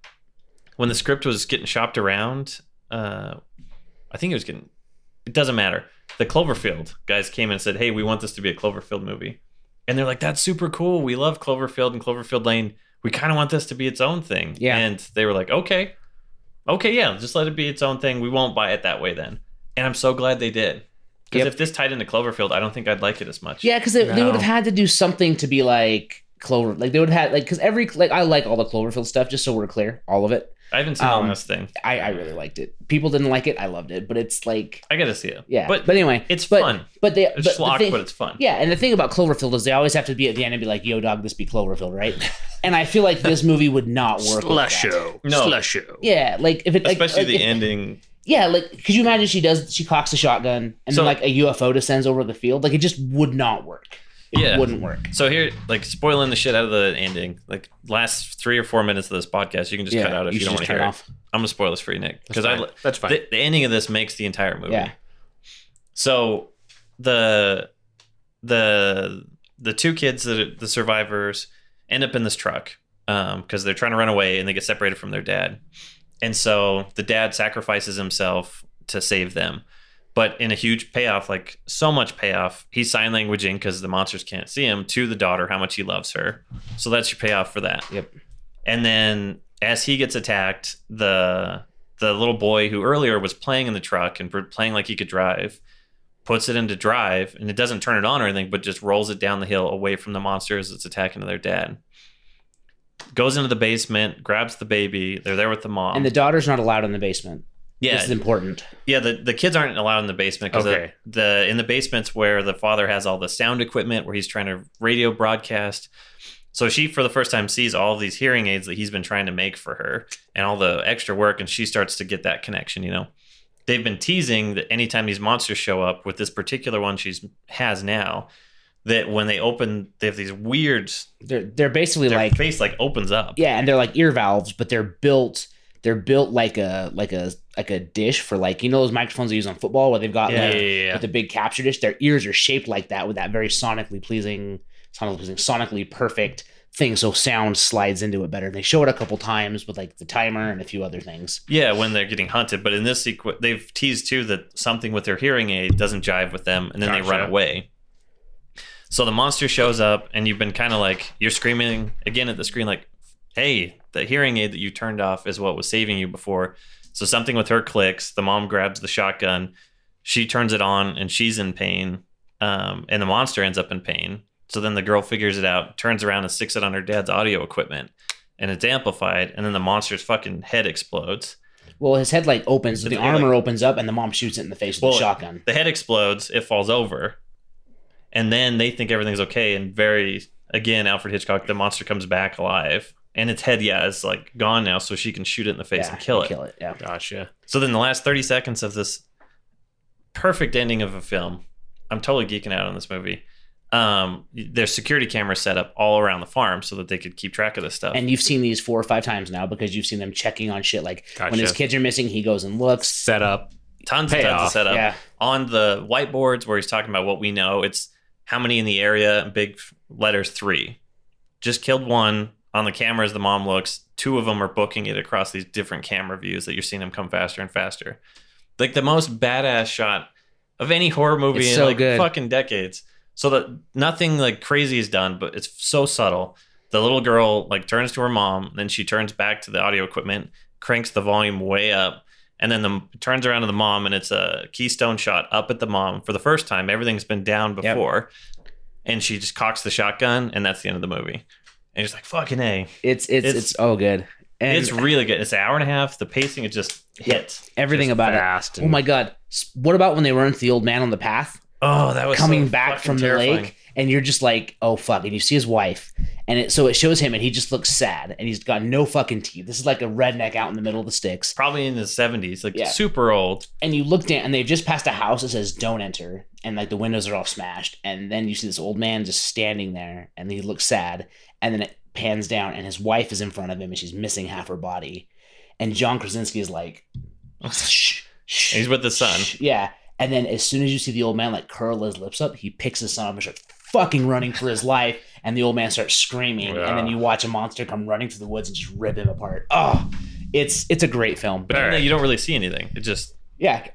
[SPEAKER 6] when the script was getting shopped around, uh, I think it was getting. It doesn't matter. The Cloverfield guys came and said, "Hey, we want this to be a Cloverfield movie," and they're like, "That's super cool. We love Cloverfield and Cloverfield Lane. We kind of want this to be its own thing."
[SPEAKER 5] Yeah.
[SPEAKER 6] And they were like, "Okay, okay, yeah, just let it be its own thing. We won't buy it that way then." And I'm so glad they did because
[SPEAKER 5] Yep.
[SPEAKER 6] if this tied into Cloverfield, I don't think I'd like it as much.
[SPEAKER 5] Yeah, because they, they
[SPEAKER 7] No.
[SPEAKER 5] would have had to do something to be like Clover. Like they would have had like because every like I like all the Cloverfield stuff. Just so we're clear, all of it.
[SPEAKER 6] I haven't seen
[SPEAKER 5] Um,
[SPEAKER 6] the last thing.
[SPEAKER 5] I I really liked it. People didn't like it. I loved it. But it's like
[SPEAKER 6] I got to see it.
[SPEAKER 5] yeah.
[SPEAKER 6] but
[SPEAKER 5] But, but anyway,
[SPEAKER 6] it's
[SPEAKER 5] but,
[SPEAKER 6] fun.
[SPEAKER 5] But they
[SPEAKER 6] It's
[SPEAKER 5] but the
[SPEAKER 6] schlock,
[SPEAKER 5] thing-
[SPEAKER 6] but it's fun.
[SPEAKER 5] yeah, and the thing about Cloverfield is they always have to be at the end and be like, "Yo, dog, this be Cloverfield, right?" and I feel
[SPEAKER 6] <laughs>
[SPEAKER 5] like this movie would not work. Like that.
[SPEAKER 7] Slusho.
[SPEAKER 6] No.
[SPEAKER 7] Slusho.
[SPEAKER 5] Yeah, like if it like-
[SPEAKER 6] Especially
[SPEAKER 5] like,
[SPEAKER 6] the
[SPEAKER 5] if-
[SPEAKER 6] ending.
[SPEAKER 5] Yeah, like could you imagine she does she cocks a shotgun and
[SPEAKER 6] So-
[SPEAKER 5] then like a UFO descends over the field? Like it just would not work. It
[SPEAKER 6] Yeah.
[SPEAKER 5] wouldn't work.
[SPEAKER 6] So here, like spoiling the shit out of the ending, like last three or four minutes of this podcast, you can just cut out if you,
[SPEAKER 5] should
[SPEAKER 6] don't want
[SPEAKER 5] just
[SPEAKER 6] to
[SPEAKER 5] turn
[SPEAKER 6] hear
[SPEAKER 5] it
[SPEAKER 6] it.
[SPEAKER 5] off.
[SPEAKER 6] I'm gonna spoil this for you, Nick, because I
[SPEAKER 7] Fine. That's fine.
[SPEAKER 6] the, the ending of this makes the entire movie.
[SPEAKER 5] Yeah.
[SPEAKER 6] So the the the two kids that are- the survivors end up in this truck because they're trying to run away and they get separated from their dad, and so the dad sacrifices himself to save them. But in a huge payoff, like so much payoff, he's sign languaging because the monsters can't see him to the daughter how much he loves her. So that's your payoff for that.
[SPEAKER 5] Yep.
[SPEAKER 6] And then as he gets attacked, the the little boy who earlier was playing in the truck and pr- playing like he could drive puts it into drive and it doesn't turn it on or anything but just rolls it down the hill away from the monsters that's attacking their dad goes into the basement grabs the baby they're there with the mom
[SPEAKER 5] And the daughter's not allowed in the basement.
[SPEAKER 6] yeah
[SPEAKER 5] This is important.
[SPEAKER 6] yeah the, the kids aren't allowed in the basement because
[SPEAKER 7] Okay.
[SPEAKER 6] the, in the basement's where the father has all the sound equipment where he's trying to radio broadcast so she for the first time sees all these hearing aids that he's been trying to make for her and all the extra work and she starts to get that connection you know they've been teasing that anytime these monsters show up with this particular one she's has now that when they open they have these weird
[SPEAKER 5] They're they're basically
[SPEAKER 6] their
[SPEAKER 5] like
[SPEAKER 6] face like opens up
[SPEAKER 5] yeah, and they're like ear valves, but they're built they're built like a like a like a dish for like you know those microphones they use on football where they've got
[SPEAKER 6] Yeah,
[SPEAKER 5] like,
[SPEAKER 6] yeah,
[SPEAKER 5] with the big capture dish. Their ears are shaped like that with that very sonically pleasing, sonically pleasing, sonically perfect thing. So sound slides into it better. They show it a couple times with like the timer and a few other things.
[SPEAKER 6] Yeah, when they're getting hunted. But in this sequence, they've teased too that something with their hearing aid doesn't jive with them, and then they run
[SPEAKER 7] Gotcha.
[SPEAKER 6] away. So the monster shows up, and you've been kind of like you're screaming again at the screen, like, "Hey, the hearing aid that you turned off is what was saving you before." So something with her clicks. The mom grabs the shotgun, she turns it on, and she's in pain. Um, and the monster ends up in pain. So then the girl figures it out, turns around and sticks it on her dad's audio equipment, and it's amplified. And then the monster's fucking head explodes.
[SPEAKER 5] Well, his head like opens,
[SPEAKER 6] Did
[SPEAKER 5] the
[SPEAKER 6] they,
[SPEAKER 5] armor
[SPEAKER 6] like-
[SPEAKER 5] opens up, and the mom shoots it in the face with
[SPEAKER 6] Well,
[SPEAKER 5] a shotgun.
[SPEAKER 6] The head explodes, it falls over, and then they think everything's okay. And very again, Alfred Hitchcock, the monster comes back alive, and its head, yeah, is like gone now, so she can shoot it in the face
[SPEAKER 5] Yeah,
[SPEAKER 6] and kill it.
[SPEAKER 5] Kill it. Yeah.
[SPEAKER 7] Gotcha.
[SPEAKER 6] So then the last 30 seconds of this perfect ending of a film. I'm totally geeking out on this movie. Um, there's security cameras set up all around the farm so that they could keep track of this stuff.
[SPEAKER 5] And you've seen these four or five times now because you've seen them checking on shit. Like when his
[SPEAKER 7] Gotcha.
[SPEAKER 5] kids are missing, he goes and looks.
[SPEAKER 7] Set up.
[SPEAKER 6] tons and tons of
[SPEAKER 7] Payoff.
[SPEAKER 6] setup
[SPEAKER 5] Yeah.
[SPEAKER 6] on the whiteboards where he's talking about what we know. It's how many in the area, and big f- letters three. Just killed one on the cameras. The mom looks. Two of them are booking it across these different camera views that you're seeing him come faster and faster. Like the most badass shot of any horror movie
[SPEAKER 5] It's
[SPEAKER 6] in
[SPEAKER 5] so
[SPEAKER 6] like
[SPEAKER 5] good.
[SPEAKER 6] fucking decades. So that nothing like crazy is done, but it's so subtle. The little girl like turns to her mom, then she turns back to the audio equipment, cranks the volume way up, and then the turns around to the mom, and it's a keystone shot up at the mom for the first time. Everything's been down
[SPEAKER 5] Yep.
[SPEAKER 6] before, and she just cocks the shotgun, and that's the end of the movie. And it's like fucking a,
[SPEAKER 5] It's it's it's,
[SPEAKER 6] It's-
[SPEAKER 5] oh good. And
[SPEAKER 6] it's really good. It's an hour and a half. The pacing it just hits.
[SPEAKER 5] everything about
[SPEAKER 7] fast
[SPEAKER 5] it. Oh my god. S- What about when they run into the old man on the path
[SPEAKER 6] Oh, that was so
[SPEAKER 5] coming back
[SPEAKER 6] fucking
[SPEAKER 5] from the
[SPEAKER 6] terrifying.
[SPEAKER 5] lake? And you're just like, oh fuck, and you see his wife, and it so it shows him, and he just looks sad, and he's got no fucking teeth. This is like a redneck out in the middle of the sticks.
[SPEAKER 6] Probably in his seventies, like
[SPEAKER 5] Yeah.
[SPEAKER 6] super old.
[SPEAKER 5] and you look down and they've just passed a house that says don't enter and like the windows are all smashed and then you see this old man just standing there and he looks sad and then it pans down and his wife is in front of him and she's missing half her body and john krasinski is like shh, shh,
[SPEAKER 6] He's with his son.
[SPEAKER 5] shh." yeah and then as soon as you see the old man like curl his lips up he picks his son up and starts fucking running for his life and the old man starts screaming and then you watch a monster come running through the woods and just rip him apart oh it's it's a great film
[SPEAKER 6] But even though you don't really see anything. It just
[SPEAKER 5] yeah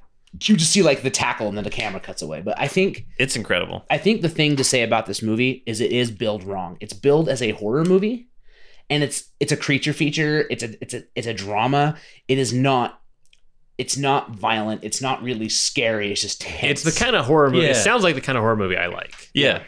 [SPEAKER 5] you just see like the tackle and then the camera cuts away but i think
[SPEAKER 6] it's incredible.
[SPEAKER 5] i think the thing to say about this movie is it is billed wrong it's billed as a horror movie and it's it's a creature feature it's a it's a it's a drama it is not it's not violent it's not really scary it's just tense.
[SPEAKER 7] It's the kind of horror movie.
[SPEAKER 6] Yeah.
[SPEAKER 7] It sounds like the kind of horror movie I like.
[SPEAKER 6] Yeah.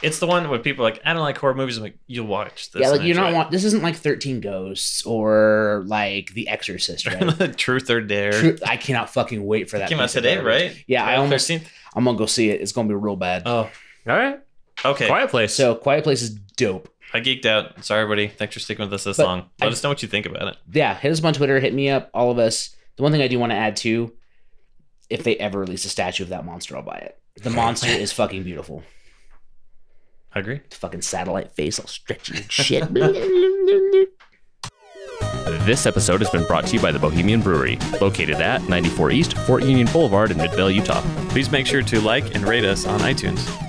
[SPEAKER 6] It's the one where people are like, I don't like horror movies. I'm like, you'll watch this.
[SPEAKER 5] yeah like
[SPEAKER 6] and
[SPEAKER 5] you're not
[SPEAKER 6] <laughs> enjoy
[SPEAKER 5] want this isn't like 13 ghosts or like the exorcist
[SPEAKER 6] <laughs> it."
[SPEAKER 5] right
[SPEAKER 6] Truth or Dare.
[SPEAKER 5] True, i cannot fucking wait for that
[SPEAKER 6] It came out
[SPEAKER 5] piece of
[SPEAKER 6] today,
[SPEAKER 5] garbage.
[SPEAKER 6] right?
[SPEAKER 5] yeah i
[SPEAKER 6] Twelve,
[SPEAKER 5] almost
[SPEAKER 6] 13th?
[SPEAKER 5] i'm gonna go see it it's gonna be real bad
[SPEAKER 6] Oh,
[SPEAKER 7] All right.
[SPEAKER 6] okay.
[SPEAKER 7] Quiet Place.
[SPEAKER 5] so quiet place is dope
[SPEAKER 6] I geeked out. Sorry, buddy. Thanks for sticking with us this
[SPEAKER 5] But
[SPEAKER 6] long. Let
[SPEAKER 5] I-
[SPEAKER 6] us know what you think about it.
[SPEAKER 5] yeah, hit us up on Twitter, hit me up, all of us. The one thing I do want to add too, if they ever release a statue of that monster, I'll buy it.
[SPEAKER 6] <laughs>
[SPEAKER 5] The monster is fucking beautiful.
[SPEAKER 6] I agree.
[SPEAKER 5] The fucking satellite face, all stretchy and
[SPEAKER 6] <laughs>
[SPEAKER 5] shit.
[SPEAKER 1] This episode has been brought to you by the Bohemian Brewery, located at 94 East, Fort Union Boulevard in Midvale, Utah.
[SPEAKER 6] Please make sure to like and rate us on iTunes.